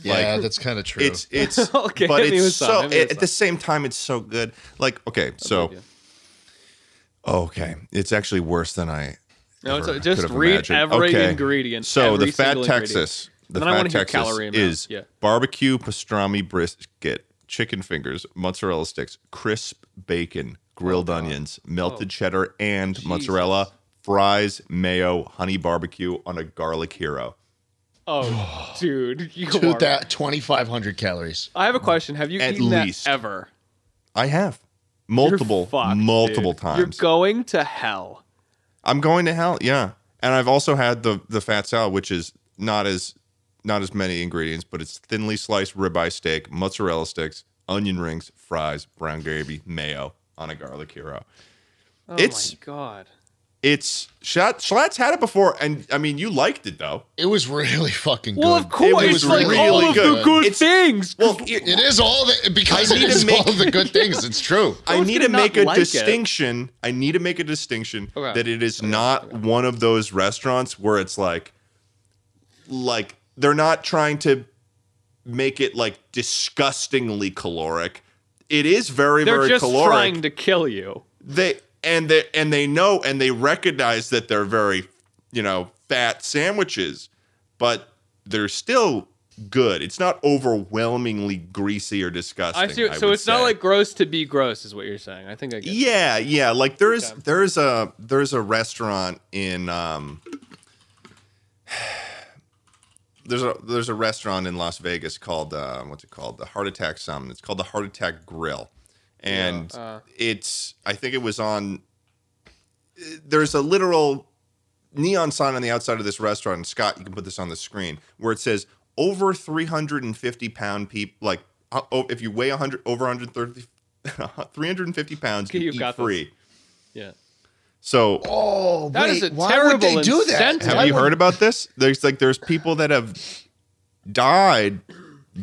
B: Yeah, that's kind of true.
A: It's it's
E: Okay,
A: but
E: hit me with
A: it's
E: some,
A: so
E: hit me with
A: at the same time it's so good. Like okay, so
E: you.
A: okay, it's actually worse than I.
E: No,
A: ever
E: it's, just
A: could have
E: read
A: imagined.
E: every
A: Okay,
E: ingredient.
A: So
E: every
A: the fat
E: single ingredient.
A: Texas, the
E: And then I
A: fat
E: wanna hear
A: Texas
E: calorie amount,
A: is
E: yeah.
A: barbecue pastrami brisket, chicken fingers, mozzarella sticks, crisp bacon,
E: Oh,
A: grilled onions, melted cheddar, and mozzarella. Fries, mayo, honey barbecue on a garlic hero.
E: Oh, dude, you
B: Two
E: are.
B: that 2,500 calories.
E: I have a question. Have you
A: At
E: eaten
A: least.
E: that ever?
A: I have
E: You're
A: multiple,
E: fucked,
A: multiple
E: dude.
A: times.
E: You're going to hell.
A: I'm going to hell. Yeah, and I've also had the the fat salad, which is not as not as many ingredients, but it's thinly sliced ribeye steak, mozzarella sticks, onion rings, fries, brown gravy, mayo on a garlic hero.
E: Oh
A: It's-
E: my god.
A: It's Schlatt, Schlatt's had it before, and I mean, you liked it though.
B: It was really fucking good.
E: Well, of course,
A: was
E: it's like
A: really
E: all of the
A: good.
E: good
A: It's-
E: things.
A: Well,
B: It is all the because
A: I
B: it
A: need to
B: is
A: make-
B: all the good things. It's true.
A: I
E: one's
A: need
E: gonna
A: to make
E: not
A: a
E: like it.
A: distinction. I need to make a distinction
E: Okay.
A: that it is not one of those restaurants where it's like, like they're not trying to make it like disgustingly caloric. It is very
E: They're
A: very
E: just
A: caloric.
E: trying to kill you.
F: they and they and they know and they recognize that they're very you know fat sandwiches but they're still good it's not overwhelmingly greasy or disgusting
C: I see. so
F: would
C: it's not
F: say.
C: like gross to be gross, is what you're saying. I think I get. it.
A: Yeah, yeah. Like there is there is a there's a restaurant in um there's a there's a restaurant in Las Vegas called uh, what's it called the Heart Attack Something. It's called the Heart Attack Grill, and it's I think it was on. eh, There's a literal neon sign on the outside of this restaurant. And Scott, you can put this on the screen where it says over 350 pound people. Like uh, oh, if you weigh 100 over 130, 350 pounds,
C: Okay,
A: you
C: you've
A: eat
C: got this.
A: free.
C: Yeah.
A: So
B: Oh,
C: That
B: wait,
C: is a
B: why would they
C: terrible
B: do that?
C: incentive.
A: have
B: Why
A: you
B: would-
A: heard about this? There's like there's people that have died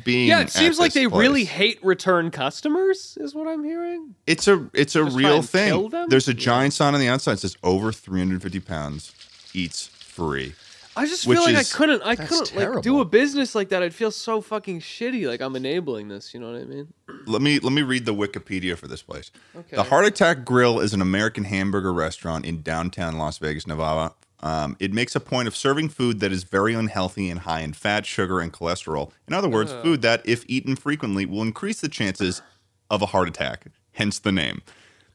A: being
C: Yeah, it
A: at
C: seems like
A: this
C: they
A: place.
C: really hate return customers, is what I'm hearing.
A: it's a it's a
C: Just try
A: real
C: and kill
A: thing.
C: them?
A: There's a giant sign on the outside that says over 350 pounds eats free.
C: I just
A: Which
C: feel like
A: is-
C: I couldn't. I
B: that's
C: couldn't like do
B: terrible.
C: a business like that. I'd feel so fucking shitty. Like I'm enabling this. You know what I mean?
A: Let me let me read the Wikipedia for this place.
C: Okay.
A: The Heart Attack Grill is an American hamburger restaurant in downtown Las Vegas, Nevada. Um, it makes a point of serving food that is very unhealthy and high in fat, sugar, and cholesterol. In other words, food that, if eaten frequently, will increase the chances of a heart attack. Hence the name.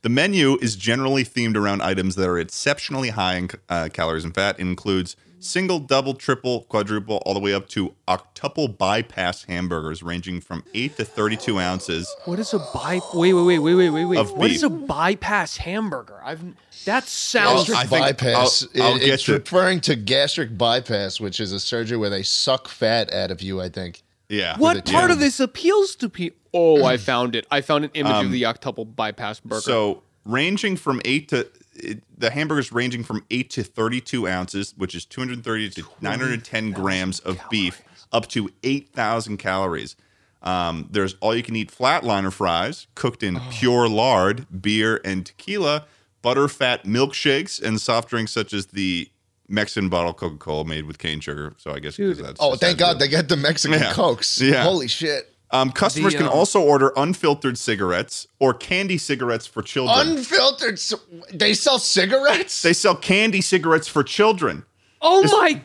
A: The menu is generally themed around items that are exceptionally high in uh, calories and fat. It includes single, double, triple, quadruple, all the way up to octuple bypass hamburgers ranging from eight to thirty-two ounces.
C: What is a by? Wait, wait, wait, wait, wait, wait, wait.
A: Of
C: What is
A: beef.
C: a bypass hamburger? I've that sounds.
B: gastric
A: I think
B: bypass.
A: I'll- I'll
B: It-
A: get
B: it's
A: you.
B: referring to gastric bypass, which is a surgery where they suck fat out of you. I think.
A: Yeah.
C: what
B: the
C: part
B: gym.
C: of this appeals to people? Oh, I found it. I found an image of the octuple bypass burger.
A: Um, So ranging from eight to it, the hamburgers ranging from eight to thirty-two ounces, which is two hundred thirty to nine hundred ten grams of beef, up to eight thousand calories. Um, there's all-you-can-eat flatliner fries cooked in
B: Oh.
A: pure lard, beer, and tequila, butterfat milkshakes, and soft drinks such as the Mexican bottle Coca-Cola made with cane sugar. So I guess 'cause that's
B: Oh,
A: just
B: thank
A: how to do
B: God
A: it.
B: they got the Mexican
A: Yeah.
B: cokes.
A: Yeah.
B: Holy shit!
A: Um, customers
C: The,
A: can
C: um,
A: also order unfiltered cigarettes or candy cigarettes for children.
B: Unfiltered. c- They sell cigarettes.
A: They sell candy cigarettes for children.
C: oh my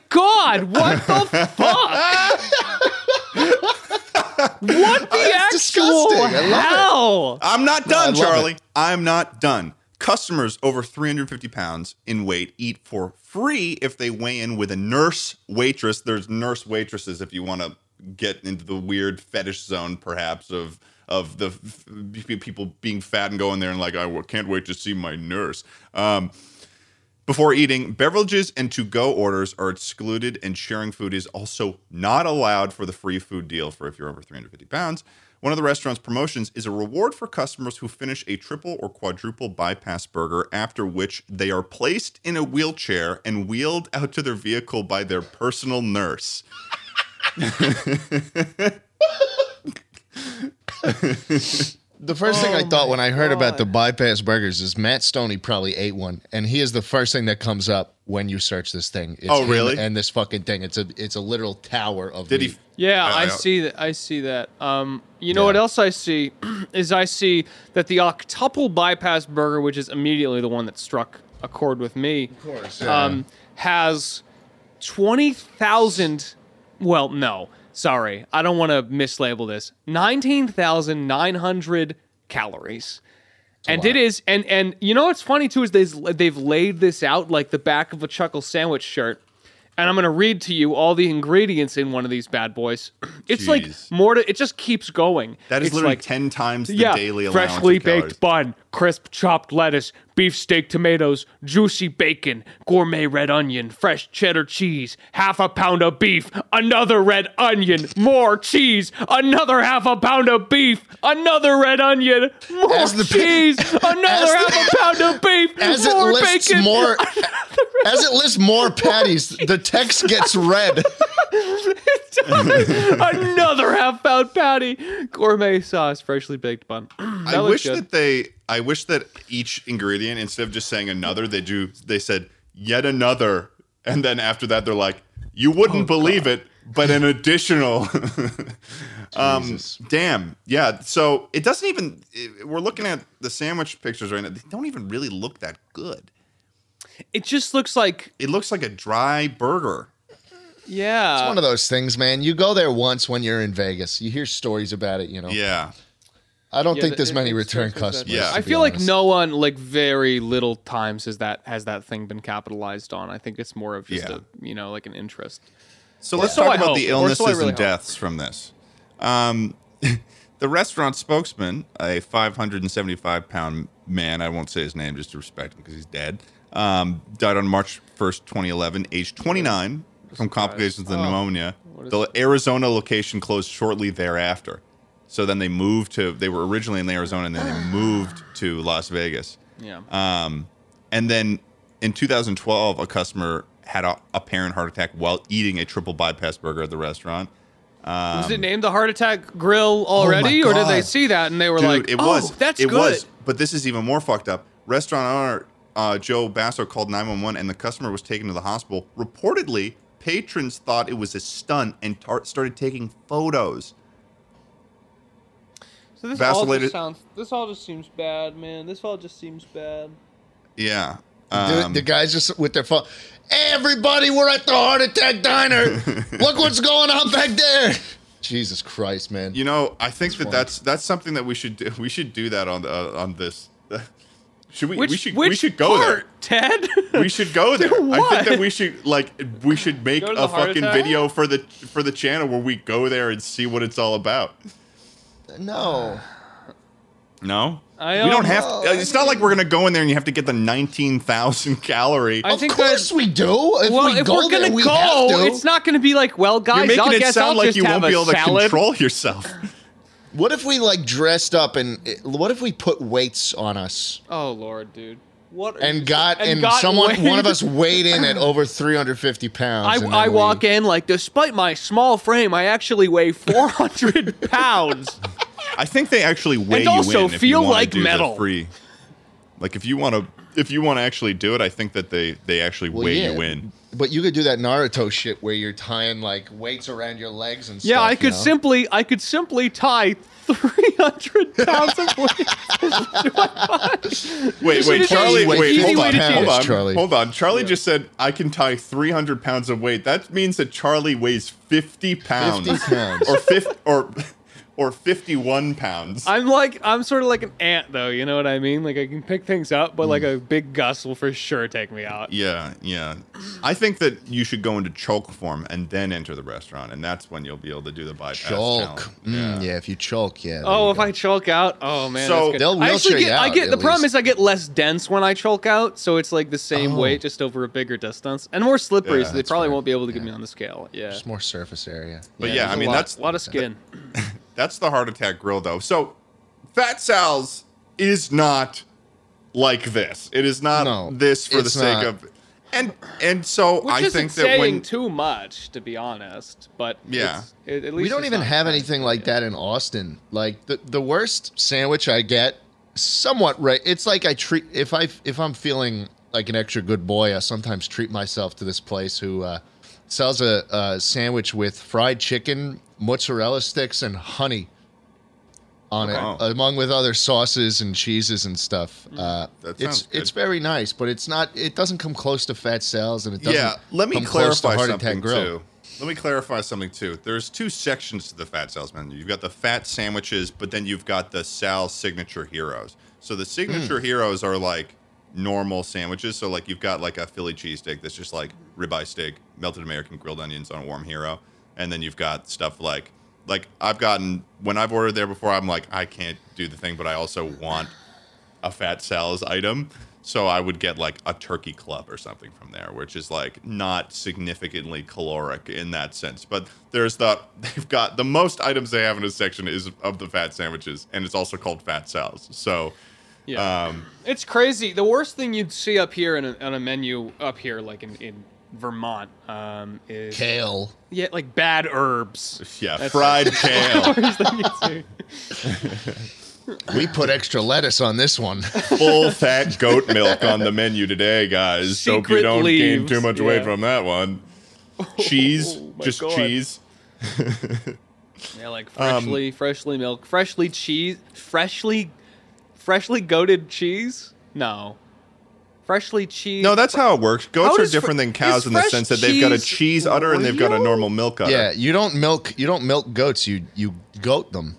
C: god! What the fuck? what the
B: That's
C: actual
B: disgusting. I love it.
C: hell?
A: I'm not
B: I
A: done,
B: love
A: Charlie.
B: it.
A: I'm not done. Customers over 350 pounds in weight eat for free if they weigh in with a nurse waitress. There's nurse waitresses if you want to get into the weird fetish zone, perhaps of of the f- f- people being fat and going there and like I w- can't wait to see my nurse. Um, Before eating, beverages and to go orders are excluded, and sharing food is also not allowed for the free food deal for if you're over 350 pounds. One of the restaurant's promotions is a reward for customers who finish a triple or quadruple bypass burger, after which they are placed in a wheelchair and wheeled out to their vehicle by their personal nurse.
B: The first thing
C: Oh
B: I thought when I heard about the bypass burgers is Matt Stoney probably ate one, and he is the first thing that comes up when you search this thing. It's
A: Oh,
B: him
A: really?
B: And this fucking thing. It's a it's a literal tower of.
A: Did he?
B: meat.
C: Yeah,
A: I
C: I,
A: don't-
C: see that. I see that. Um, you know what else I see is I see that the octuple bypass burger, which is immediately the one that struck a chord with me, of course, um, has twenty thousand. Well, no, sorry, I don't want to mislabel this. Nineteen thousand nine hundred calories. And it is, and and you know what's funny too is they they've laid this out like the back of a chuckle sandwich shirt, and I'm gonna read to you all the ingredients in one of these bad boys. It's like
A: Jeez.
C: more to, it just keeps going.
A: That is
C: It's
A: literally
C: like,
A: 10 times the
C: yeah,
A: daily allowance. of
C: freshly baked
A: calories.
C: bun, crisp chopped lettuce, beefsteak tomatoes, juicy bacon, gourmet red onion, fresh cheddar cheese, half a pound of beef, another red onion, more cheese, another half a pound of beef, another red onion, more
B: As the-
C: cheese, another
B: as
C: half a pound of beef,
B: As it
C: more
B: lists
C: bacon.
B: more, as it lists more patties, the text gets read.
C: another half pound patty, gourmet sauce, freshly baked bun. That
A: I
C: looks
A: wish
C: good.
A: that they. I wish that each ingredient, instead of just saying another, they do. They said yet another, and then after that, they're like, You
C: Oh,
A: wouldn't believe it, but an additional. um, damn. Yeah. So it doesn't even. i- We're looking at the sandwich pictures right now. They don't even really look that good.
C: It just looks like
A: It looks like a dry burger.
C: yeah.
B: One of those things, man. You go there once when you're in Vegas. You hear stories about it, you know.
A: Yeah.
B: I don't
C: Yeah,
B: think
C: the-
B: there's
C: it-
B: many
C: it's-
B: return
C: it's- it's-
B: customers.
A: yeah.
B: to
C: I
B: be
C: feel like
B: honest.
C: no one, like very little times, has that has that thing been capitalized on. I think it's more of just
A: Yeah.
C: a you know like an interest.
A: So let's
C: so
A: talk
C: I
A: about
C: hope,
A: the
C: or so I
A: illnesses
C: really
A: and
C: hope.
A: deaths from this. Um, the restaurant spokesman, a 575 pound man, I won't say his name just to respect him because he's dead, um, died on March 1st, 2011, aged 29, from complications of
C: Oh,
A: pneumonia. The Arizona location closed shortly thereafter. So then they moved to, they were originally in Arizona and then they moved to Las Vegas.
C: Yeah.
A: Um, and then in 2012, a customer had a apparent heart attack while eating a triple bypass burger at the restaurant.
C: Was it named the Heart Attack Grill
B: Oh
C: already, or did they
A: God.
C: see that and they were
A: Dude,
C: like,
A: it
C: "Oh,
A: was.
C: that's
A: it
C: good."
A: was. But this is even more fucked up. Restaurant owner uh, Joe Basso called 911, and the customer was taken to the hospital. Reportedly, patrons thought it was a stunt and tar- started taking photos.
C: So this all
A: Vacillated-
C: just sounds. This all just seems bad, man. This all just seems bad.
A: Yeah.
B: The,
A: Um,
B: the guys just with their phone. Everybody, we're at the heart attack diner. Look what's going on back there. Jesus Christ, man.
A: You know, I think that that's that's something that we should do. We should do that on uh, on this. Should we?
C: Which
A: we should.
C: which
A: we should go there.
C: part, Ted?
A: We should go there. I think
C: what?
A: that we should like we should make
C: Go to
A: a
C: the heart
A: fucking
C: attack?
A: video for the for the channel where we go there and see what it's all about.
B: no.
A: No,
C: I
A: we
C: um,
A: don't
C: don't
A: have.
B: know.
A: To, it's not like we're gonna go in there and you have to get the nineteen thousand calorie.
C: I
B: Of
C: think
B: course we do. If
C: well,
B: we
C: if
B: go
C: we're gonna
B: there, we have
C: go,
B: to.
C: it's not gonna be like, "Well,
A: You're
C: guys,
A: making
C: I
A: it
C: guess
A: sound
C: I'll
A: like
C: just
A: you
C: have
A: won't
C: a
A: be able to
C: salad."
A: control yourself.
B: What if we like dressed up and eh, what if we put weights on us
C: Oh lord, dude. What? Are you-
B: and got and,
C: got
B: someone
C: weighed.
B: one of us weighed in at over 350 pounds?
C: I,
B: and then
C: I
B: we-
C: walk in like, despite my small frame, I actually weigh 400 pounds.
A: I think they actually weigh you
C: also
A: in if you
C: feel
A: wanna
C: like
A: do the
C: metal.
A: Free. Like if you want to, if you want to actually do it, I think that they they actually
B: Well,
A: weigh
B: yeah.
A: you in.
B: But you could do that Naruto shit where you're tying like weights around your legs and
C: Yeah,
B: stuff.
C: I
B: you
C: could
B: know?
C: simply, I could simply tie 300 pounds of weight.
A: Wait,
C: should
A: wait,
C: just
A: Charlie,
C: use
A: wait,
C: weight.
A: hold
C: Easy
A: on,
C: way to
A: hold
B: do it.
A: on,
B: Charlie.
A: hold on. Charlie just said I can tie 300 pounds of weight. That means that Charlie weighs 50 pounds,
B: 50 pounds.
A: or 50, or or 51 pounds.
C: I'm like, I'm sort of like an ant, though. You know what I mean? Like I can pick things up, but
B: Hmm.
C: like a big gust will for sure take me out.
A: yeah, yeah. I think that you should go into choke form and then enter the restaurant, and that's when you'll be able to do the bypass.
B: Chalk.
A: challenge.
B: Mm, yeah. if you chalk, yeah. there
C: Oh,
B: you
C: if
B: go.
C: I chalk out, oh man,
A: So-
C: that's good.
B: They'll
C: I
B: wheelchair
C: actually
B: you
C: get, I
B: out,
C: get
B: at
C: the problem
B: least.
C: is I get less dense when I chalk out, so it's like the same
B: Oh.
C: weight just over a bigger distance and more slippery,
A: Yeah,
C: so they
A: that's
C: probably
B: fair.
C: won't be able to get
B: Yeah.
C: me on the scale. Yeah,
B: Just more surface area.
A: But yeah, I
C: a
A: mean
C: lot,
A: that's
C: a lot of skin.
A: that's the heart attack grill though. So Fat Sal's is not like this. It is not
B: No,
A: this for the
B: it's
A: sake
B: not.
A: of and and so
C: Which
A: I
C: isn't
A: think that
C: saying
A: when
C: too much, to be honest. But
A: Yeah.
C: it's- it- at least
B: we don't
C: it's
B: even
C: not
B: have
C: bad.
B: anything like that in Austin. Like the the worst sandwich I get, somewhat right. It's like I treat if I if I'm feeling like an extra good boy, I sometimes treat myself to this place who uh, sells a, a sandwich with fried chicken, mozzarella sticks, and honey on
A: Wow. Hmm.
B: it, among with other sauces and cheeses and stuff. Uh,
A: That
B: it's
A: sounds good.
B: it's very nice, but it's not. It doesn't come close to fat cells, and it doesn't.
A: yeah, let me
B: come close to
A: clarify
B: Heart Attack
A: something
B: Grill.
A: too. Let me clarify something too. There's two sections to the fat sal's menu. You've got the fat sandwiches, but then you've got the Sal's signature heroes. So the signature
B: Hmm.
A: heroes are like normal sandwiches. So like you've got like a Philly cheesesteak that's just like ribeye steak, melted American grilled onions on a warm hero, and then you've got stuff like like I've gotten when I've ordered there before, I'm like I can't do the thing, but I also want a fat sal's item. So I would get like a turkey club or something from there, which is like not significantly caloric in that sense. But there's the they've got the most items they have in a section is of the fat sandwiches, and it's also called fat sal's. So
C: Yeah.
A: um,
C: It's crazy. The worst thing you'd see up here in a, on a menu up here, like in, in Vermont, um, is
B: Kale.
C: yeah, like bad herbs.
A: yeah,
C: That's-
A: fried kale,
C: Worst thing you'd see.
B: We put extra lettuce on this one.
A: full fat goat milk on the menu today, guys. Hope you
C: Secret
A: don't gain
C: leaves,
A: too much weight
C: yeah.
A: from that one. cheese,
C: Oh my
A: just
C: God.
A: cheese.
C: Yeah, like freshly,
B: Um,
C: freshly milk, freshly cheese, freshly, freshly goated cheese. No, freshly cheese.
A: No, that's how it works. Goats
C: How
A: are
C: does fre-
A: different than cows
C: is
A: in the
C: fresh
A: sense that they've got a
C: cheese
A: cheese udder and they've got a
C: royal?
A: normal milk udder.
B: Yeah, you don't milk. You don't milk goats. You you goat them.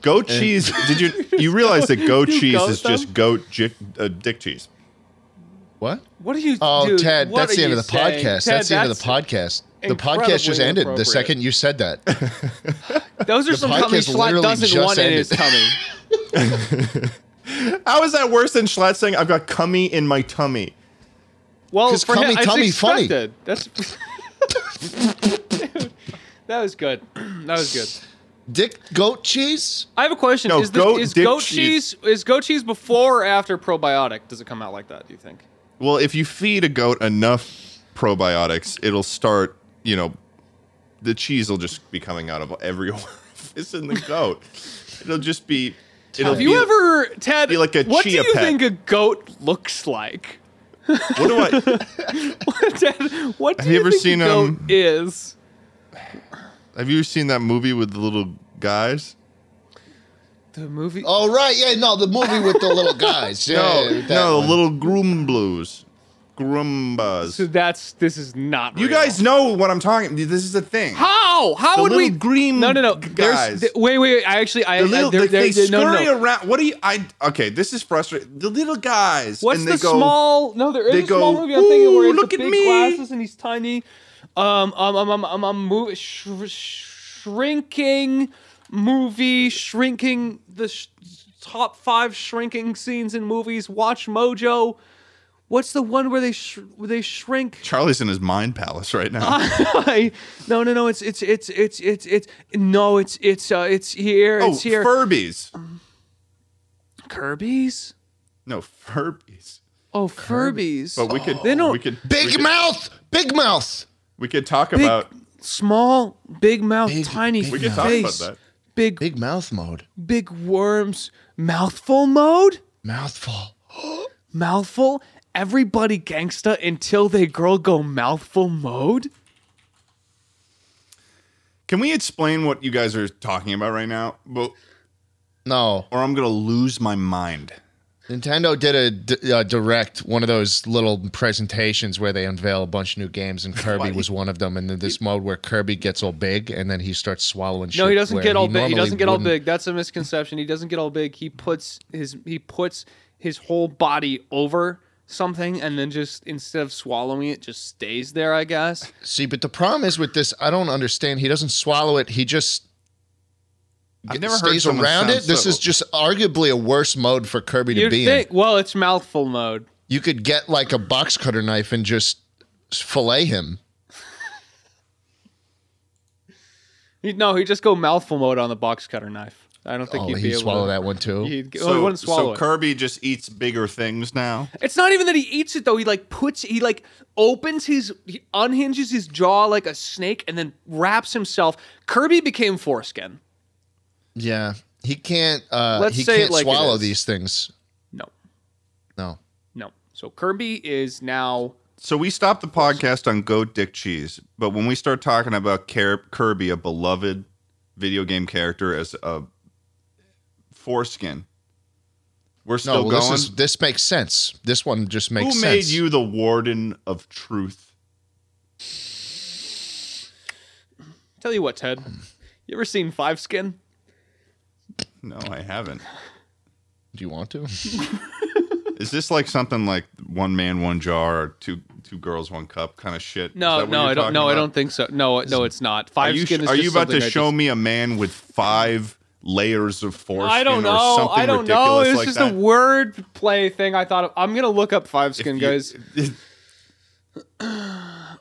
A: Goat cheese. Did you you realize that goat
C: you
A: cheese
C: goat
A: is
C: them?
A: just goat jic, uh, dick cheese?
B: What?
C: what are you?
B: Oh,
C: dude,
B: Ted,
C: what
B: that's
C: are
B: the end of
C: you
B: the
C: saying?
B: podcast.
C: Ted,
B: that's the end of the podcast. The podcast just
C: incredibly
B: ended the
C: inappropriate.
B: second you said that.
C: Those are some tummy
B: podcast
C: Schlatt
B: literally
C: doesn't
B: just
C: want in his
B: ended.
C: tummy.
A: How is that worse than Schlatt saying I've got cummy in my tummy?
C: Well,
B: 'Cause
C: for
B: tummy,
C: him, it's
B: tummy, funny.
C: expected. That's. Dude, that was good. That was good.
B: Dick goat cheese?
C: I have a question.
A: No,
C: is this,
A: goat
C: is
A: dick
C: goat
A: cheese.
C: cheese is goat cheese before or after probiotic? Does it come out like that? Do you think?
A: Well, if you feed a goat enough probiotics, it'll start, you know, the cheese will just be coming out of every orifice in the goat. it'll just be it'll
C: Have you
A: be,
C: ever, Ted?
A: be like a
C: what
A: chia
C: do you
A: pet.
C: think a goat looks like?
A: what do I
C: Ted, what do
A: Have you
C: you
A: ever
C: think
A: seen,
C: a goat
A: um,
C: is?
A: Have you seen that movie with the little guys?
C: The movie.
B: Oh right, yeah, no, the movie with the little guys. Yeah,
A: No,
B: yeah,
A: Oh,
B: that
A: no,
B: one.
A: little groom blues.
C: So
A: Groombas.
C: that's this is not.
G: You
C: real.
G: guys know what I'm talking. This is the thing.
C: how how
G: The
C: would we?
G: little green
C: no, no, no.
G: g-
C: There's-
G: guys.
C: th- wait, wait. I actually, I,
G: The
C: I
G: little,
C: there-
G: like,
C: there-
G: they
C: there-
G: scurry
C: no, no, no.
G: around. What do you? I okay. This is frustrating. The little guys.
C: What's
G: and
C: the
G: they go,
C: small? No, there is
G: they
C: a small
G: go,
C: movie I'm thinking where
G: "Ooh,
C: he's
G: look
C: the
G: at
C: big
G: me."
C: glasses and he's tiny. Um, um, um, um, um, um move, sh- sh- shrinking movie, shrinking the sh- top five shrinking scenes in movies. Watch Mojo. What's the one where they sh- where they shrink?
A: Charlie's in his mind palace right
C: Oh,
A: now.
C: I- no, no, no. It's it's it's it's it's it's no. It's it's uh, it's here.
A: oh,
C: It's here.
A: Furbies.
C: Kirby's.
A: No, Furbies.
C: Oh, Furbies.
A: But we could
C: They don't-
A: we could we
B: Big
A: could,
B: mouth, big mouth.
A: we could talk about
C: small, big mouth,
B: Big-
C: tiny
B: big
A: we
C: face,
A: could talk about that.
C: big
B: Big mouth mode.
C: big worms, mouthful mode,
B: Mouthful.
C: mouthful. Everybody gangsta until they girl go mouthful mode.
A: Can we explain what you guys are talking about right now? Well,
B: No,
A: or I'm gonna lose my mind.
B: Nintendo did a d- uh, direct one of those little presentations where they unveil a bunch of new games, and Kirby was one of them. And then this mode where Kirby gets all big, and then he starts swallowing.
C: No,
B: shit
C: he doesn't
B: where
C: get all big. He
B: normally
C: doesn't get all
B: wouldn't.
C: big. That's a misconception. He doesn't get all big. He puts his he puts his whole body over something and then just instead of swallowing it just stays there, I guess.
B: See, but the problem is with this, I don't understand. He doesn't swallow it. He just
A: I've never heard
B: stays
A: someone
B: around
A: sound
B: it. This
A: so-
B: is just arguably a worse mode for Kirby to
C: You'd
B: be
C: think
B: in.
C: well, it's mouthful mode.
B: You could get like a box cutter knife and just fillet him.
C: He- No, he'd just go mouthful mode on the box cutter knife. I don't think
B: Oh,
C: he'd be
B: he'd
C: able
B: swallow
C: to.
B: that one too.
C: He'd, oh, he
A: So,
C: wouldn't swallow
A: so
C: it.
A: Kirby just eats bigger things now.
C: It's not even that he eats it though. He like puts he like opens his he unhinges his jaw like a snake and then wraps himself. Kirby became foreskin.
B: yeah, he can't. Uh,
C: Let's
B: he
C: say it
B: can't
C: like it
B: swallow
C: is.
B: these things.
C: No,
B: No.
C: no. So Kirby is now
A: So we stopped the podcast on goat dick cheese, but when we start talking about Ker- Kirby, a beloved video game character as a foreskin, we're
B: No,
A: still
B: well,
A: going.
B: this is this makes sense. This one just
A: Who
B: makes
A: made
B: sense.
A: you the warden of truth?
C: tell you what, Ted. You ever seen Five Skin?
A: No, I haven't.
B: Do you want to?
A: Is this like something like one man, one jar, or two two girls, one cup kind of shit? Is that
C: No,
A: what
C: no,
A: you're
C: I don't.
A: talking
C: No, I
A: about?
C: don't think so. No, uh, no, it's not.
A: Are
C: Five
A: you
C: Skin.
A: sh-
C: is
A: are
C: just
A: you about to
C: something I
A: show
C: just-
A: me a man with five layers of foreskin?
C: I don't
A: Or
C: know.
A: something
C: I don't
A: ridiculous
C: know. It's
A: like
C: just
A: that?
C: a word play thing. I thought of. I'm gonna look up Five Skin,
A: You-
C: guys.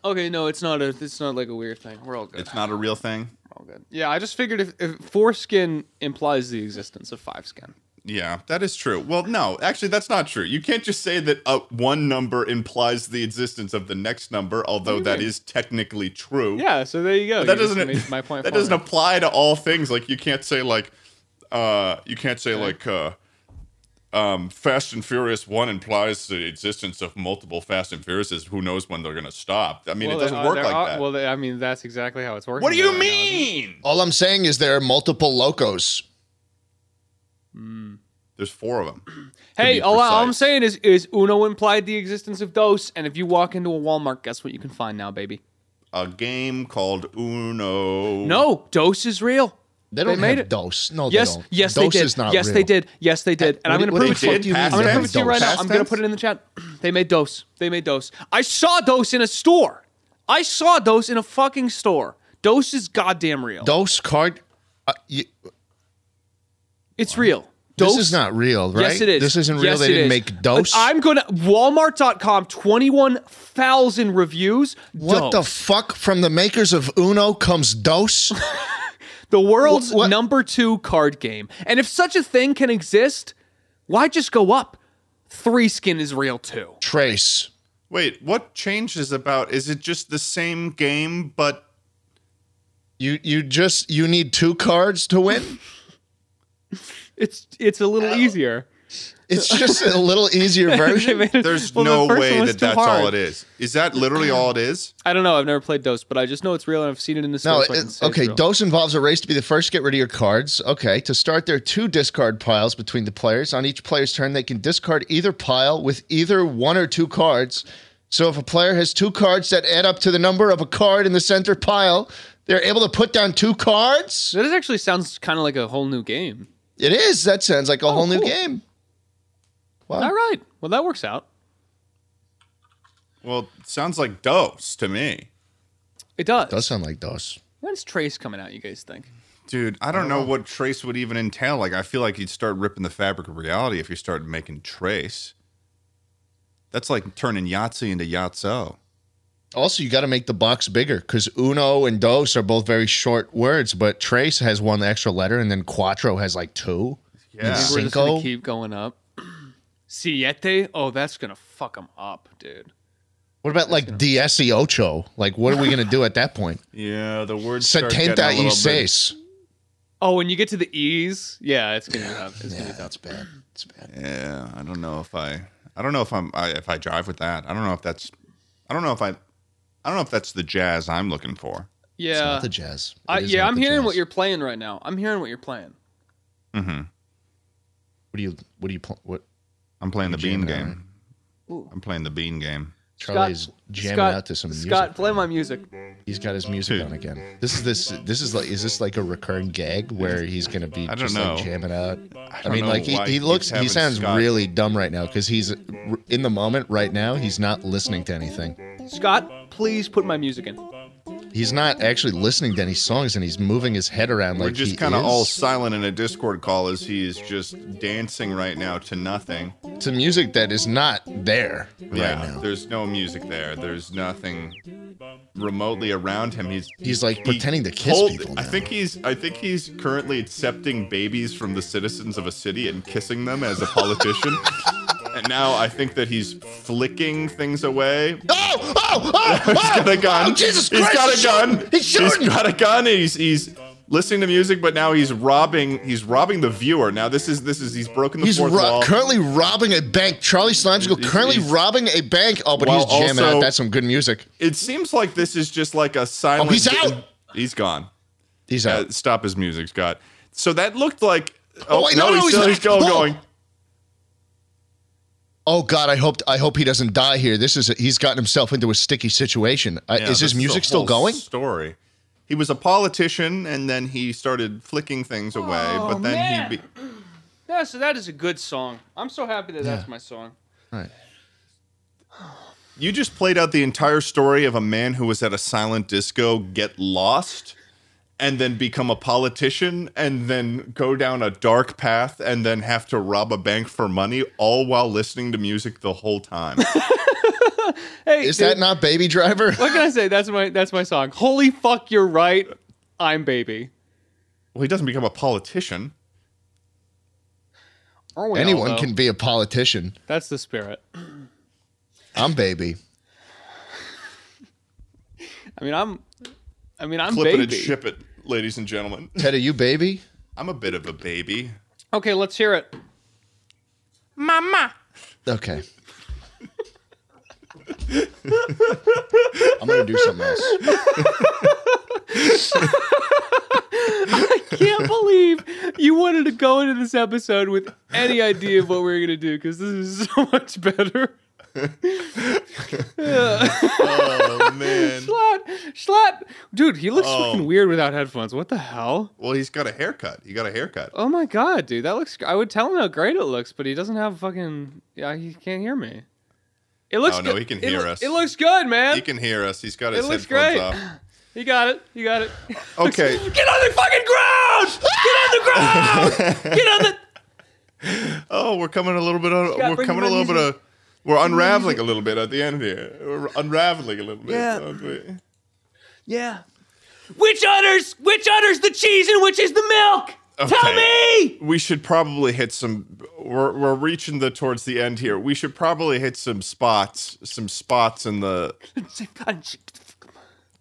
C: Okay, no, it's not a. It's not like a weird thing. We're all good.
A: It's not a real thing.
C: all good. Yeah, I just figured if, if foreskin implies the existence of five skin.
A: Yeah, that is true. Well, no, actually, that's not true. You can't just say that uh, one number implies the existence of the next number, although that is technically true.
C: Mm-hmm. Yeah, so there you go.
A: that
C: You just
A: doesn't
C: made my point.
A: that
C: for
A: doesn't
C: me.
A: apply to all things. Like you can't say like uh you can't say like uh um, Fast and Furious One implies the existence of multiple Fast and Furiouses. Who knows when they're going to stop? I mean,
C: Well,
A: it
C: they-
A: doesn't
C: uh,
A: work
C: there
A: like
C: are-
A: that.
C: Well, they- I mean, that's exactly how it's working.
A: what do you
C: right now.
A: mean?
B: All I'm saying is there are multiple locos.
A: There's four of them.
C: Hey,
A: be
C: all, all I'm
A: precise.
C: saying is, is Uno implied the existence of Dos, and if you walk into a Walmart, guess what you can find now, baby?
A: A game called Uno.
C: No, Dos is real.
B: They don't
C: made
B: have
C: it.
B: Dose. No,
C: Yes,
B: they don't.
C: yes,
B: Dose
C: they did.
B: is not
C: yes,
B: real.
C: they did. Yes, they did. And
B: What-
C: I'm going to
B: what
C: prove
B: the
C: it to
B: fuck
C: you.
A: did?
B: do you mean
A: Past
C: I'm going
B: they
C: to
A: tense?
C: prove it to you
B: don't?
C: right now.
A: Past
C: I'm going to
A: tense?
C: put it in the chat. They made Dos. They made Dos. I saw Dos in a store. I saw Dos in a fucking store. Dos is goddamn real.
B: Dose card. Uh, you,
C: it's real.
B: this
C: Dos
B: is not real, right?
C: Yes, it is.
B: This isn't real.
C: Yes,
B: they
C: it
B: didn't
C: is.
B: make Dose.
C: Uh, I'm gonna Walmart.com. Twenty-one thousand reviews.
B: what the
C: Dose.
B: fuck? From the makers of Uno comes Dose.
C: the world's
B: Wha- what-
C: number two card game. And if such a thing can exist, why just go up? Three skin is real too.
B: Trace.
A: Wait, what changes about? Is it just the same game, but
B: You you just you need two cards to win.
C: It's it's a little easier.
B: It's just a little easier version.
A: there's no way that that's all it is? Is that literally all it is?
C: I don't know. I've never played Dose, but I just know it's real and I've seen it in the
B: No,
C: store. so I can
B: it-
C: say it's
B: okay.
C: real.
B: Dose involves a race to be the first to get rid of your cards. Okay, to start, there are two discard piles between the players. On each player's turn, they can discard either pile with either one or two cards. So, if a player has two cards that add up to the number of a card in the center pile, they're able to put down two cards.
C: This actually sounds kind of like a whole new game.
B: It is. That sounds like a whole new
C: cool.
B: game.
C: All right. Well, that works out.
A: Well, it sounds like dose to me.
C: It does.
B: Does sound like Dose.
C: When's Trace coming out? You guys think?
A: Dude, I don't know what trace would even entail. Like, I feel like you'd start ripping the fabric of reality if you started making trace. That's like turning Yahtzee into Yahtzee.
B: Also, you got to make the box bigger because uno and dos are both very short words, but trace has one extra letter, and then cuatro has like two. Yeah,
C: Maybe We're just gonna keep going up. Siete? Oh, that's gonna fuck them up, dude.
B: What about like DSE ocho? Like, what are we gonna do at that point?
A: Yeah, the word
B: Setenta y seis.
C: Oh, when you get to the E's, yeah, it's gonna be tough. It's gonna be tough.
B: That's bad. It's bad.
A: Yeah, I don't know if I, I don't know if I'm, I, if I drive with that. I don't know if that's, I don't know if I, I don't know if that's the jazz I'm looking for.
B: It's
C: Yeah,
B: not the jazz. It
C: I,
B: is
C: yeah,
B: not
C: I'm
B: the
C: hearing
B: jazz.
C: what you're playing right now. I'm hearing what you're playing.
A: Mm-hmm.
B: What do you? What do you? pl- What?
A: I'm playing the bean
B: jamming out,
A: game. I'm playing the bean game.
B: Charlie is jamming
C: Scott,
B: out to some music.
C: Scott, play my music.
B: He's got his music on again. This is this. This is like. Is this like a recurring gag where he's gonna be
A: I don't
B: just
A: know.
B: like jamming out? I,
A: don't
B: mean,
A: know
B: like he,
A: why
B: he
A: he
B: looks.
A: keeps
B: He
A: having
B: sounds
A: Scott-
B: really dumb right now because he's r- in the moment right now. He's not listening to anything.
C: Scott, please put my music in.
B: He's not actually listening to any songs, and he's moving his head around
A: We're
B: like
A: just
B: he
A: kind of
B: is.
A: all silent in a Discord call as he is just dancing right now to nothing.
B: to music that is not there
A: yeah,
B: right now.
A: there's no music there. There's nothing remotely around him. He's
B: He's like pretending to kiss
A: hold-
B: people.
A: I
B: now.
A: think he's I think he's currently accepting babies from the citizens of a city and kissing them as a politician. and now I think that he's flicking things away.
B: Oh! Oh! Oh! He's
A: He's got a gun.
B: Oh, Jesus
A: he's
B: Christ!
A: got a gun.
B: He's shooting. He's shooting.
A: He's got a gun. and He's he's listening to music, but now he's robbing. He's robbing the viewer. Now this is this is he's broken the
B: He's
A: fourth
B: ro-
A: wall.
B: currently robbing a bank. Charlie Slimesicle
A: He's-
B: currently
A: he's-
B: robbing a bank. Oh, but
A: While
B: he's jamming
A: also-
B: out. That's some good music.
A: it seems like this is just like a silent.
B: Oh, he's out.
A: He's gone.
B: He's
A: Uh,
B: out.
A: stop his music, Scott. So that looked like.
B: Oh, wait, no, no, he's
A: still,
B: not.
A: he's still
B: Whoa.
A: going.
B: Oh God, I hope I hope he doesn't die here. This is he's gotten himself into a sticky situation. Uh,
A: Yeah,
B: is
A: this
B: his music
A: a
B: still
A: whole
B: going?
A: Story. He was a politician, and then he started flicking things away.
B: Oh,
A: but then
C: man.
A: he. Be-
C: Yeah, so that is a good song. I'm so happy that that's my song.
B: Right.
A: You just played out the entire story of a man who was at a silent disco, get lost, and then become a politician, and then go down a dark path, and then have to rob a bank for money, all while listening to music the whole time.
C: Hey,
B: Is
C: dude,
B: that not Baby Driver?
C: what can I say? That's my that's my song. Holy fuck, you're right. I'm baby.
A: well, he doesn't become a politician.
C: Aren't we all,
B: Anyone
C: though?
B: can be a politician.
C: That's the spirit.
B: I'm Baby.
C: I mean, I'm. I mean, I'm
A: Flip
C: baby.
A: it and ship it, ladies and gentlemen.
B: Ted, are you Baby?
A: I'm a bit of a baby.
C: Okay, let's hear it.
D: Mama.
B: Okay. I'm gonna do something else.
C: Can't believe you wanted to go into this episode with any idea of what we were gonna do because this is so much better.
A: Oh man.
C: Schlatt, Schlatt, dude, he looks
A: Oh.
C: fucking weird without headphones. What the hell?
A: Well, he's got a haircut. He got a haircut.
C: Oh my god, dude, that looks. I would tell him how great it looks, but he doesn't have fucking. Yeah, he can't hear me. It looks.
A: Oh, no,
C: good-
A: he can
C: it
A: hear
C: loo-
A: us.
C: It looks good, man.
A: He can hear us. He's got his
C: It looks
A: headphones
C: great.
A: off.
C: You got it. You got it.
A: Okay.
C: Get on the fucking ground! Get on the ground! Get on the.
A: Oh, we're coming a little bit. On,
C: Yeah,
A: we're
C: bring
A: coming
C: my
A: a little bit
C: music.
A: of. We're unraveling a little bit at the end here. We're unraveling a little bit.
C: Yeah.
A: Okay.
C: Yeah. Which utters? Which utters the cheese and which is the milk? Tell me.
A: We should probably hit some. We're, we're reaching the towards the end here. We should probably hit some spots. Some spots in the.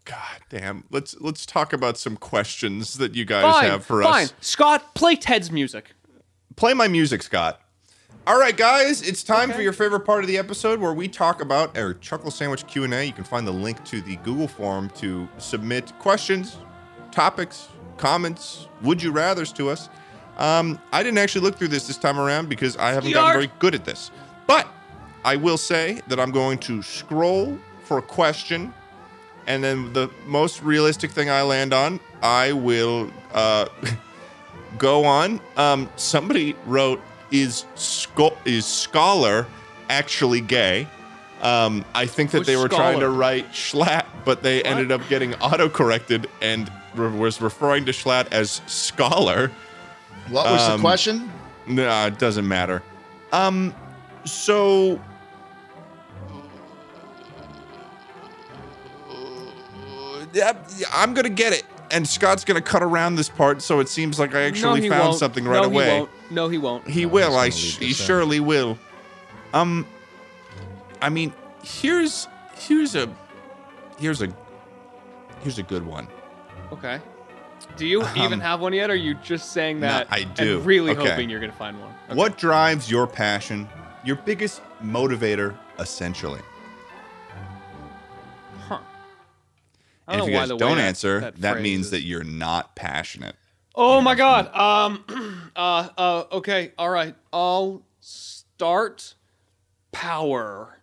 A: God damn. Let's let's talk about some questions that you guys
C: Fine,
A: have for
C: fine.
A: us.
C: Scott, play Ted's music.
A: Play my music, Scott. All right, guys, it's time for your favorite part of the episode where we talk about our Chuckle Sandwich Q&A. You can find the link to the Google form to submit questions, topics, comments, would you rathers to us. Um, I didn't actually look through this this time around because I haven't gotten
C: Yark.
A: very good at this. But I will say that I'm going to scroll for a question and then the most realistic thing I land on, I will uh, go on. Um, somebody wrote, "Is scho- is scholar actually gay?" Um, I think that
C: Who's
A: they were trying to
C: scholar?
A: write Schlatt, but they ended up getting autocorrected and re- was referring to Schlatt as scholar.
B: What was
A: Um,
B: the question?
A: Nah, it doesn't matter. Um, so. Yeah, I'm gonna get it, and Scott's gonna cut around this part, so it seems like I actually
C: no, he
A: found
C: won't.
A: something right
C: no,
A: away.
C: He won't. No, he won't.
A: He
B: No, he's
A: will.
B: gonna
A: I
B: leave
A: sh-
B: this
A: he
B: out.
A: surely will. Um, I mean, here's here's a here's a here's a good one.
C: Okay. Do you even have one yet? Or are you just saying
A: no,
C: that?
A: Um, I do.
C: And really
A: Okay.
C: hoping you're gonna find one. Okay.
A: What drives your passion? Your biggest motivator, essentially.
C: I don't
A: and if you
C: know why
A: guys
C: the way
A: don't
C: that-
A: answer, that,
C: phrase
A: means
C: is-
A: that you're not passionate.
C: Oh my god. Um. Uh. Uh. Okay. All right. I'll start. Power.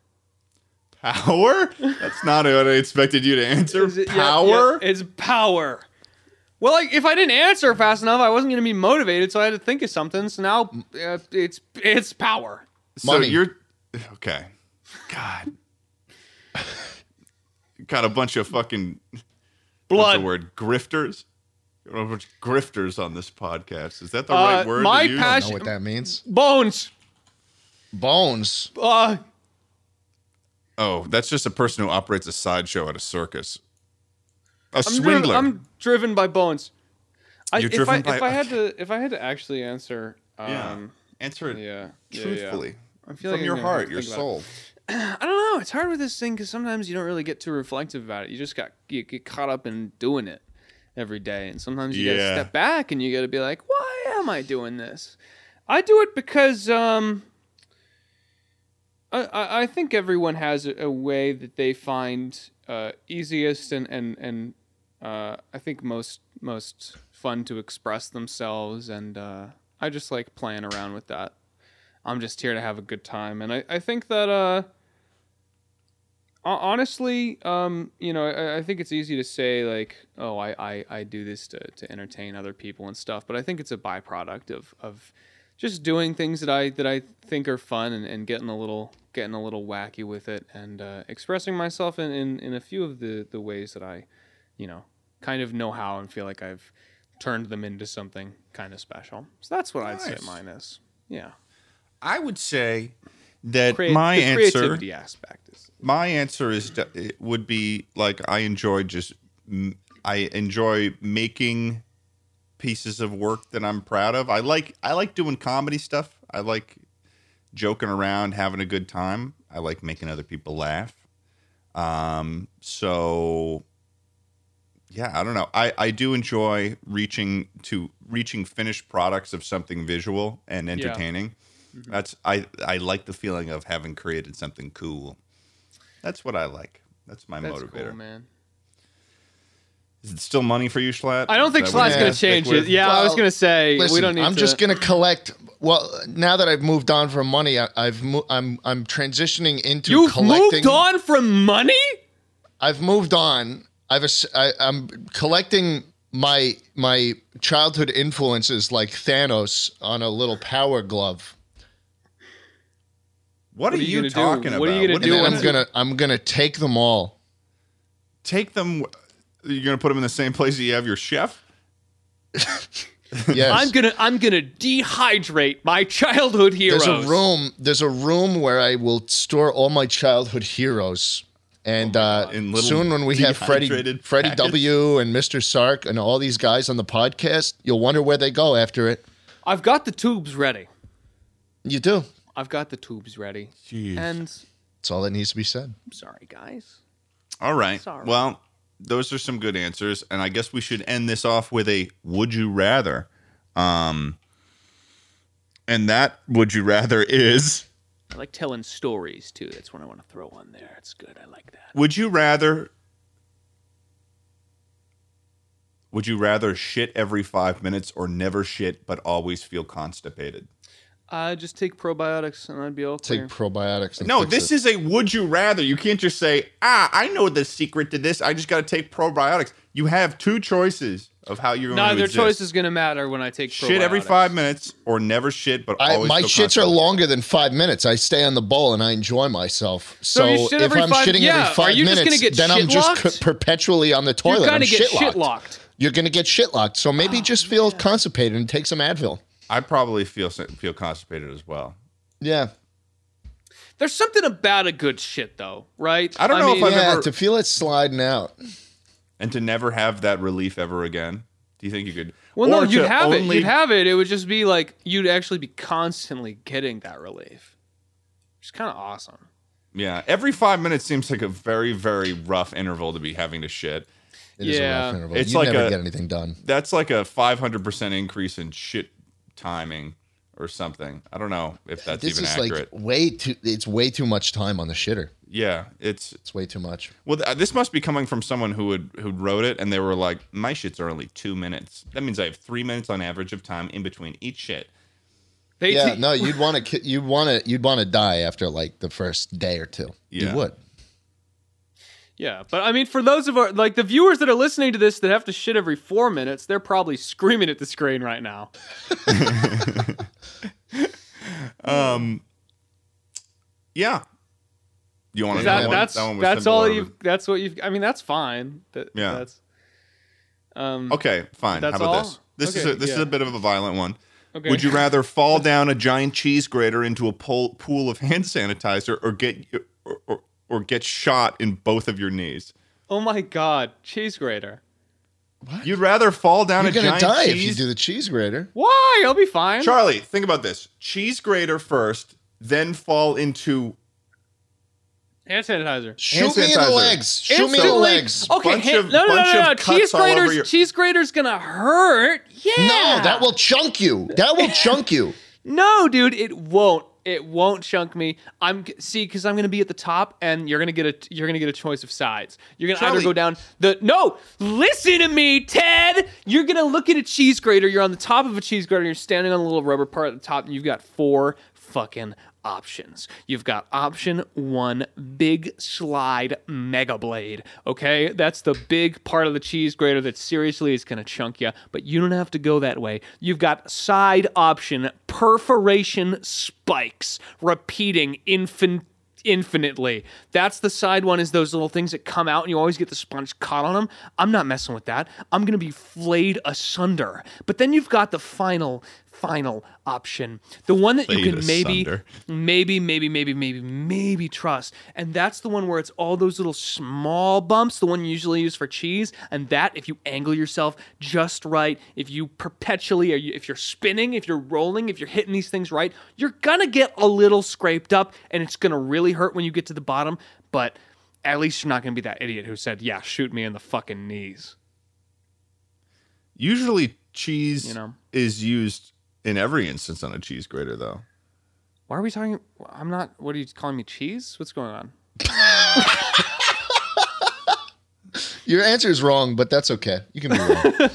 A: Power? That's not what I expected you to answer.
C: Is it- yeah, yeah,
A: Power?
C: it's power. Well, like, if I didn't answer fast enough, I wasn't going to be motivated, so I had to think of something. So now uh, it's it's power.
A: So
B: Money.
A: you're okay. God. Got a bunch of fucking what's
C: Blood.
A: the word grifters. Got A bunch of grifters on this podcast. Is that the
C: Uh,
A: right word? to
C: my
A: use?
B: Know
C: passion-
B: what that means?
C: Bones.
B: Bones.
C: Uh,
A: Oh, that's just a person who operates a sideshow at a circus. A
C: I'm driven,
A: swindler.
C: I'm driven by bones. I,
A: You're
C: if
A: driven
C: I,
A: by-
C: if I had to if I had to actually answer, um,
A: Answer it
C: yeah, yeah, yeah.
A: truthfully.
C: I feel
A: From
C: like I'm
A: your
C: gonna have to
A: heart, your
C: think about it.
A: soul.
C: I don't know. It's hard with this thing because sometimes you don't really get too reflective about it. You just got you get caught up in doing it every day, and sometimes you
A: Yeah.
C: gotta step back and you gotta be like, "Why am I doing this?" I do it because um, I- I I think everyone has a, a way that they find uh, easiest and and and uh, I think most most fun to express themselves, and uh, I just like playing around with that. I'm just here to have a good time. And I, I think that, uh, ho- honestly, um, you know, I, I think it's easy to say, like, oh, I, I, I do this to, to entertain other people and stuff. But I think it's a byproduct of, of just doing things that I, that I think are fun and, and getting a little, getting a little wacky with it and uh, expressing myself in, in, in a few of the, the ways that I, you know, kind of know how and feel like I've turned them into something kind of special. So that's what I'd
A: Nice.
C: say mine is. Yeah
A: I would say that
C: creat-
A: my
C: the
A: answer
C: creativity aspect is
A: my answer is d- it would be like I enjoy just m- I enjoy making pieces of work that I'm proud of. I like I like doing comedy stuff. I like joking around, having a good time. I like making other people laugh. Um, so yeah, I don't know. I, I do enjoy reaching to reaching finished products of something visual and entertaining. That's I I like the feeling of having created something cool. That's what I like. That's my
C: That's
A: motivator.
C: cool, man.
A: Is it still money for you, Schlatt?
C: I don't think
A: Is that what
C: Sly's
A: you
C: going to
A: stick
C: change
A: with?
C: it. Yeah, I was
B: Well,
C: going to say
B: Listen,
C: we don't need.
B: I'm
C: to,
B: just gonna collect. Well, now that I've moved on from money, I, I've mo- I'm I'm transitioning into
C: You've
B: collecting.
C: moved on from money.
B: I've moved on. I've ass- I, I'm collecting my my childhood influences like Thanos on a little power glove.
A: What, are you,
C: gonna do?
A: talking about?
C: What are you gonna
A: do?
B: And
C: do
B: then
C: when
B: I'm gonna I'm gonna take them all.
A: Take them. You're gonna put them in the same place that you have your chef.
B: Yes.
C: I'm gonna I'm gonna dehydrate my childhood heroes.
B: there's a room. There's a room where I will store all my childhood heroes. And uh,
A: Oh, In little
B: soon, when we have Freddie,
A: dehydrated
B: Freddie
A: packets.
B: W. and Mr. Sark and all these guys on the podcast, you'll wonder where they go after it.
C: I've got the tubes ready.
B: You do.
C: I've got the tubes ready. And
B: That's all that needs to be said.
C: I'm sorry, guys.
A: All right.
C: Sorry.
A: Well, those are some good answers, and I guess we should end this off with a "Would you rather." Um, and that "Would you rather" is
C: I like telling stories too. That's what I want to throw on there. It's good. I like that.
A: Would you rather? Would you rather shit every five minutes or never shit but always feel constipated?
C: Uh, just take probiotics and I'd be all
B: Take
C: clear.
B: probiotics. And
A: No,
B: fix
A: this
B: it.
A: is a would you rather. You can't just say, ah, I know the secret to this. I just got to take probiotics. You have two choices of how you're going to
C: Neither
A: exist.
C: choice is gonna matter when I take
A: Shit every
C: probiotics.
A: five minutes or never shit but
B: I,
A: always
B: my
A: feel
B: shits are
A: constipated.
B: longer than five minutes. I stay on the bowl and I enjoy myself.
C: So
B: So,
C: you shit
B: if
C: every
B: I'm
C: five-
B: shitting
C: yeah,
B: every
C: are
B: five
C: you just
B: minutes,
C: gonna get
B: then I'm just
C: shit-locked?
B: c- perpetually on the toilet.
C: You're gonna
B: I'm
C: get Oh,
B: shit-locked.
C: shit locked.
B: You're gonna get shit locked. So maybe just feel constipated and take some Advil.
A: I probably feel feel constipated as well.
B: Yeah.
C: There's something about a good shit though, right?
A: I don't know if
C: mean,
A: I've
B: yeah,
A: never-
B: to feel it sliding out.
A: And to never have that relief ever again. Do you think you could?
C: Well, no,
A: or
C: you'd
A: to
C: have
A: only-
C: it. You'd have it. It would just be like you'd actually be constantly getting that relief, which is kind of awesome.
A: Yeah, every five minutes seems like a very, very rough interval to be having to shit.
B: It is
C: Yeah.
B: a rough interval.
A: It's
B: you
A: like
B: never
A: a-
B: get anything done.
A: That's like a 500% increase in shit timing or something. I don't know if that's
B: This
A: even
B: is
A: accurate.
B: like way too. It's way too much time on the shitter.
A: yeah, it's
B: It's way too much.
A: well. th- This must be coming from someone who would who wrote it, and they were like, "My shits are only two minutes. That means I have three minutes on average of time in between each shit."
C: They,
B: Yeah.
C: they-
B: No, you'd want to. You'd want to. You'd want to die after like the first day or two.
A: Yeah.
B: You would.
C: yeah. But I mean, for those of our like the viewers that are listening to this that have to shit every four minutes, they're probably screaming at the screen right now.
A: Um, Yeah, you want to
C: Is
A: know
C: that,
A: that one?
C: that's
A: That one was
C: that's
A: simple.
C: all
A: It
C: you.
A: was-
C: That's what you've. I mean, that's fine. That,
A: Yeah.
C: That's, um.
A: Okay, fine.
C: That's
A: How about
C: all?
A: this? This is
C: Okay,
A: a, this is
C: yeah.
A: a bit of a violent one.
C: Okay.
A: Would you rather fall down a giant cheese grater into a pol- pool of hand sanitizer, or get or, or, or get shot in both of your knees?
C: Oh my God, cheese grater.
A: You'd rather fall down
B: You're
A: a
B: gonna
A: giant
B: die if
A: cheese.
B: you do the cheese grater.
C: Why? I'll be fine.
A: Charlie, think about this: cheese grater first, then fall into
C: Hand sanitizer.
B: Shoot me in the
A: sanitizer. Oh,
B: legs. Shoot me in the
C: Instantly-
B: legs.
C: Okay,
A: Bunch
C: hand-
A: of-
C: no, no, no,
A: bunch
C: no,
A: of
C: no.
A: cuts
C: Cheese
A: all over
C: grater's
A: your-
C: cheese grater's gonna hurt. Yeah.
B: No, that will chunk you. That will chunk you.
C: No, dude, it won't. It won't chunk me. I'm see because I'm gonna be at the top, and you're gonna get a you're gonna get a choice of sides. You're gonna either
A: Charlie.
C: go down the no. Listen to me, Ted. You're gonna look at a cheese grater. You're on the top of a cheese grater. You're standing on a little rubber part at the top, and you've got four fucking options. You've got option one, big slide mega blade. Okay, that's the big part of the cheese grater that seriously is gonna chunk you. But you don't have to go that way. You've got side option, perforation spikes, repeating infin- Infinitely. That's the side one, is those little things that come out and you always get the sponge caught on them. I'm not messing with that. I'm going to be flayed asunder. But then you've got the final, final option. The one that you
A: Flayed
C: can maybe
A: asunder.
C: maybe, maybe, maybe, maybe, maybe trust. And that's the one where it's all those little small bumps, the one you usually use for cheese. And that, if you angle yourself just right, if you perpetually, or you, if you're spinning, if you're rolling, if you're hitting these things right, you're gonna get a little scraped up, and it's gonna really hurt when you get to the bottom. But at least you're not gonna be that idiot who said, "Yeah, shoot me in the fucking knees."
A: usually cheese
C: You know.
A: is used in every instance on a cheese grater, though.
C: Why are we talking? I'm not. What are you calling me cheese? What's going on?
B: Your answer is wrong, but that's okay. You can be wrong.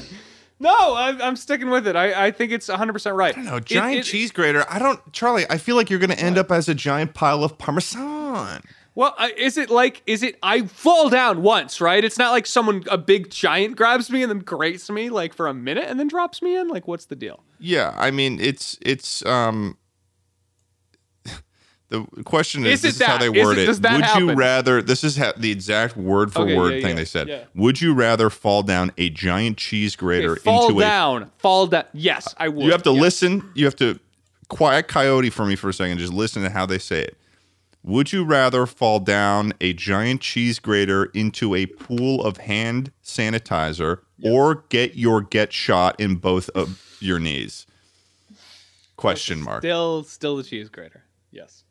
C: No, I'm, I'm sticking with it. I, I think it's 100% right. I
A: No, giant cheese grater. I don't, Charlie. I feel like you're going to end up as a giant pile of parmesan.
C: Well, I- is it like, is it, I fall down once, right? It's not like someone, a big giant grabs me and then grates me like for a minute and then drops me in. Like, what's the deal?
A: Yeah, I mean, it's it's um. The question
C: Is
A: is,
C: it
A: this is how
C: that?
A: they
C: Is
A: word
C: it-
A: it.
C: does that
A: Would you
C: happen?
A: rather? This is ha- the exact word for
C: Okay,
A: word
C: yeah,
A: thing
C: yeah,
A: they said.
C: yeah.
A: Would you rather fall down a giant cheese grater
C: Okay, fall
A: into a?
C: down, fall down. Yes, I would.
A: Uh, You have to
C: Yeah.
A: listen. You have to quiet coyote for me for a second. Just listen to how they say it. Would you rather fall down a giant cheese grater into a pool of hand sanitizer or get your get shot in both of your knees? Question mark.
C: Still, still the cheese grater. Yes.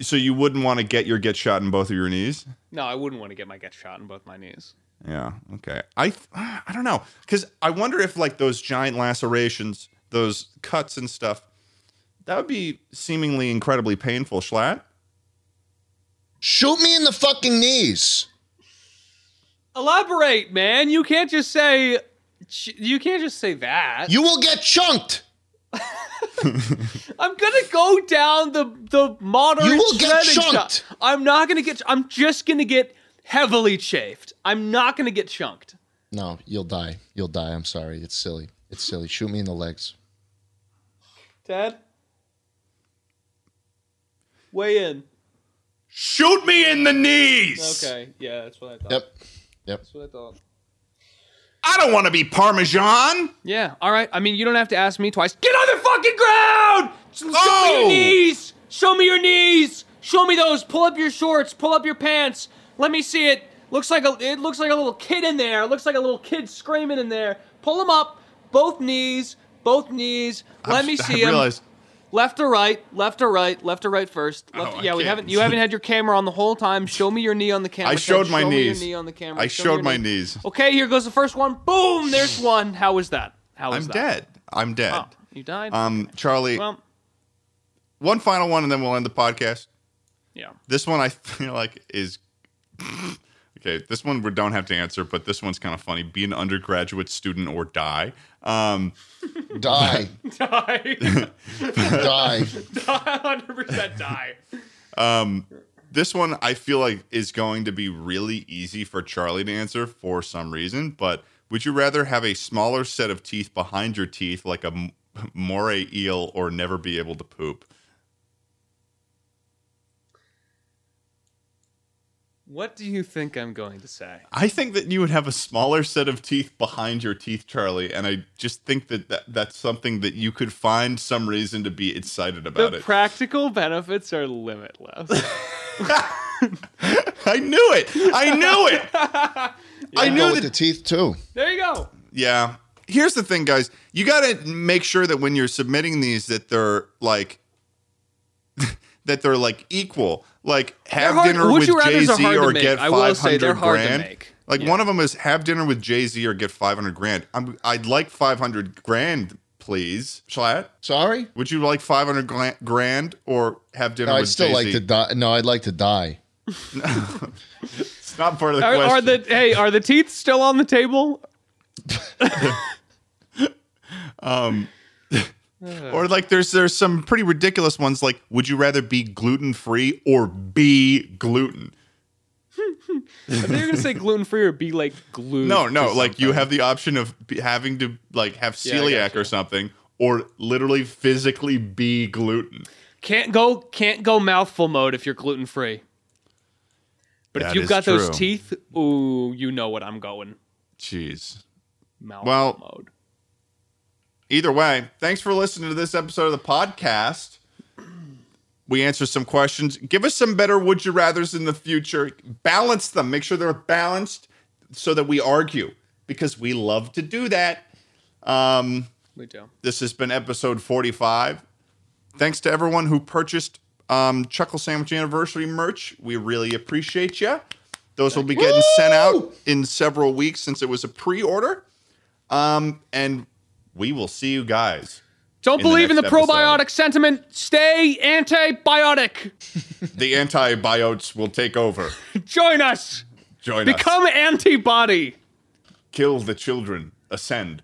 A: So you wouldn't want to get your get shot in both of your knees?
C: No, I wouldn't want to get my get shot in both my knees.
A: Yeah. Okay. I th- I don't know because I wonder if like those giant lacerations, those cuts and stuff, that would be seemingly incredibly painful. Schlatt.
B: Shoot me in the fucking knees.
C: Elaborate, man. You can't just say, you can't just say that.
B: You will get chunked.
C: I'm gonna go down the the moderate.
B: You will get
C: shredding
B: chunked.
C: shop. I'm not gonna get. I'm just gonna get heavily chafed. I'm not gonna get chunked.
B: No, you'll die. You'll die. I'm sorry. It's silly. It's silly. Shoot me in the legs.
C: Ted, weigh in.
A: Shoot me in the knees.
C: Okay, yeah, that's what I thought.
B: Yep.
C: That's what I thought.
A: I don't want to be Parmesan.
C: Yeah. All right. I mean, you don't have to ask me twice. Get on the fucking ground. Show me
A: Oh!
C: your knees. Show me your knees. Show me those. Pull up your shorts. Pull up your pants. Let me see it. Looks like a. It looks like a little kid in there. It looks like a little kid screaming in there. Pull them up. Both knees. Both knees. Let me see um,
A: I
C: them.
A: realize
C: Left to right. Left to right. Left to right first.
A: Oh,
C: Left,
A: I
C: yeah, we
A: can't.
C: haven't. You haven't had your camera on the whole time. Show me your knee on the camera.
A: I
C: Ted.
A: showed my
C: Show me your
A: knees.
C: knee on the camera.
A: I
C: Show me
A: showed
C: your
A: my
C: knee.
A: knees.
C: Okay, here goes the first one. Boom, there's one. How was that? How was
A: I'm
C: that?
A: dead. I'm dead.
C: Oh, you died?
A: Um, Charlie,
C: well,
A: one final one, and then we'll end the podcast.
C: yeah.
A: This one I feel like is okay. This one we don't have to answer, but this one's kind of funny. Be an undergraduate student or die. Um,
B: Die.
C: Die.
B: Die.
C: 100% die.
A: this one I feel like is going to be really easy for Charlie to answer for some reason, but would you rather have a smaller set of teeth behind your teeth like a m- moray eel or never be able to poop?
C: What do you think I'm going to say?
A: I think that you would have a smaller set of teeth behind your teeth, Charlie, and I just think that, that that's something that you could find some reason to be excited about
C: the
A: it.
C: practical benefits are limitless.
A: I knew it. I knew it. I
B: Go
A: knew
B: with
A: that
B: the teeth too.
C: there you go.
A: Yeah. Here's the thing, guys. You got to make sure that when you're submitting these, that they're like, that they're like equal. Like have
C: hard-
A: dinner
C: Would
A: with
C: You Rathers
A: Jay
C: are
A: Z
C: hard to
A: or
C: make.
A: get
C: I will
A: five
C: say they're
A: hundred
C: hard to
A: grand.
C: make.
A: Like one of them is have dinner with Jay Z or get five hundred grand. I'm, I'd like five hundred grand, please. Schlatt,
B: Sorry?
A: would you like five hundred grand or have dinner
B: No, I'd
A: with
B: still
A: Jay Z?
B: like to die. No, I'd like to die.
A: It's not part of the
C: Are,
A: question.
C: are the hey, are the teeth still on the table?
A: Or like there's there's some pretty ridiculous ones like would you rather be gluten free or be gluten?
C: I think you're gonna say gluten free or be like glued.
A: No, no,
C: to
A: like you
C: something.
A: have the option of be- having to like have
C: I
A: celiac or something or literally physically be gluten.
C: can't go can't go mouthful mode if you're gluten free. But if
A: That
C: you've
A: is
C: got
A: true.
C: those teeth, ooh, you know what I'm going.
A: Jeez.
C: mouth
A: Well-
C: mode.
A: Either way, thanks for listening to this episode of the podcast. We answer some questions. Give us some better would you rathers in the future. Balance them. Make sure they're balanced so that we argue because we love to do that. Um
C: We do.
A: This has been episode 45. Thanks to everyone who purchased um, Chuckle Sandwich Anniversary merch. We really appreciate you. Those will be getting sent out in several weeks since it was a pre order. Um, and we will see you guys
C: Don't
A: in the
C: believe in the
A: next episode.
C: probiotic sentiment. Stay antibiotic.
A: The antibiotics will take over.
C: Join us.
A: Join us.
C: Become antibody.
A: Kill the children. Ascend.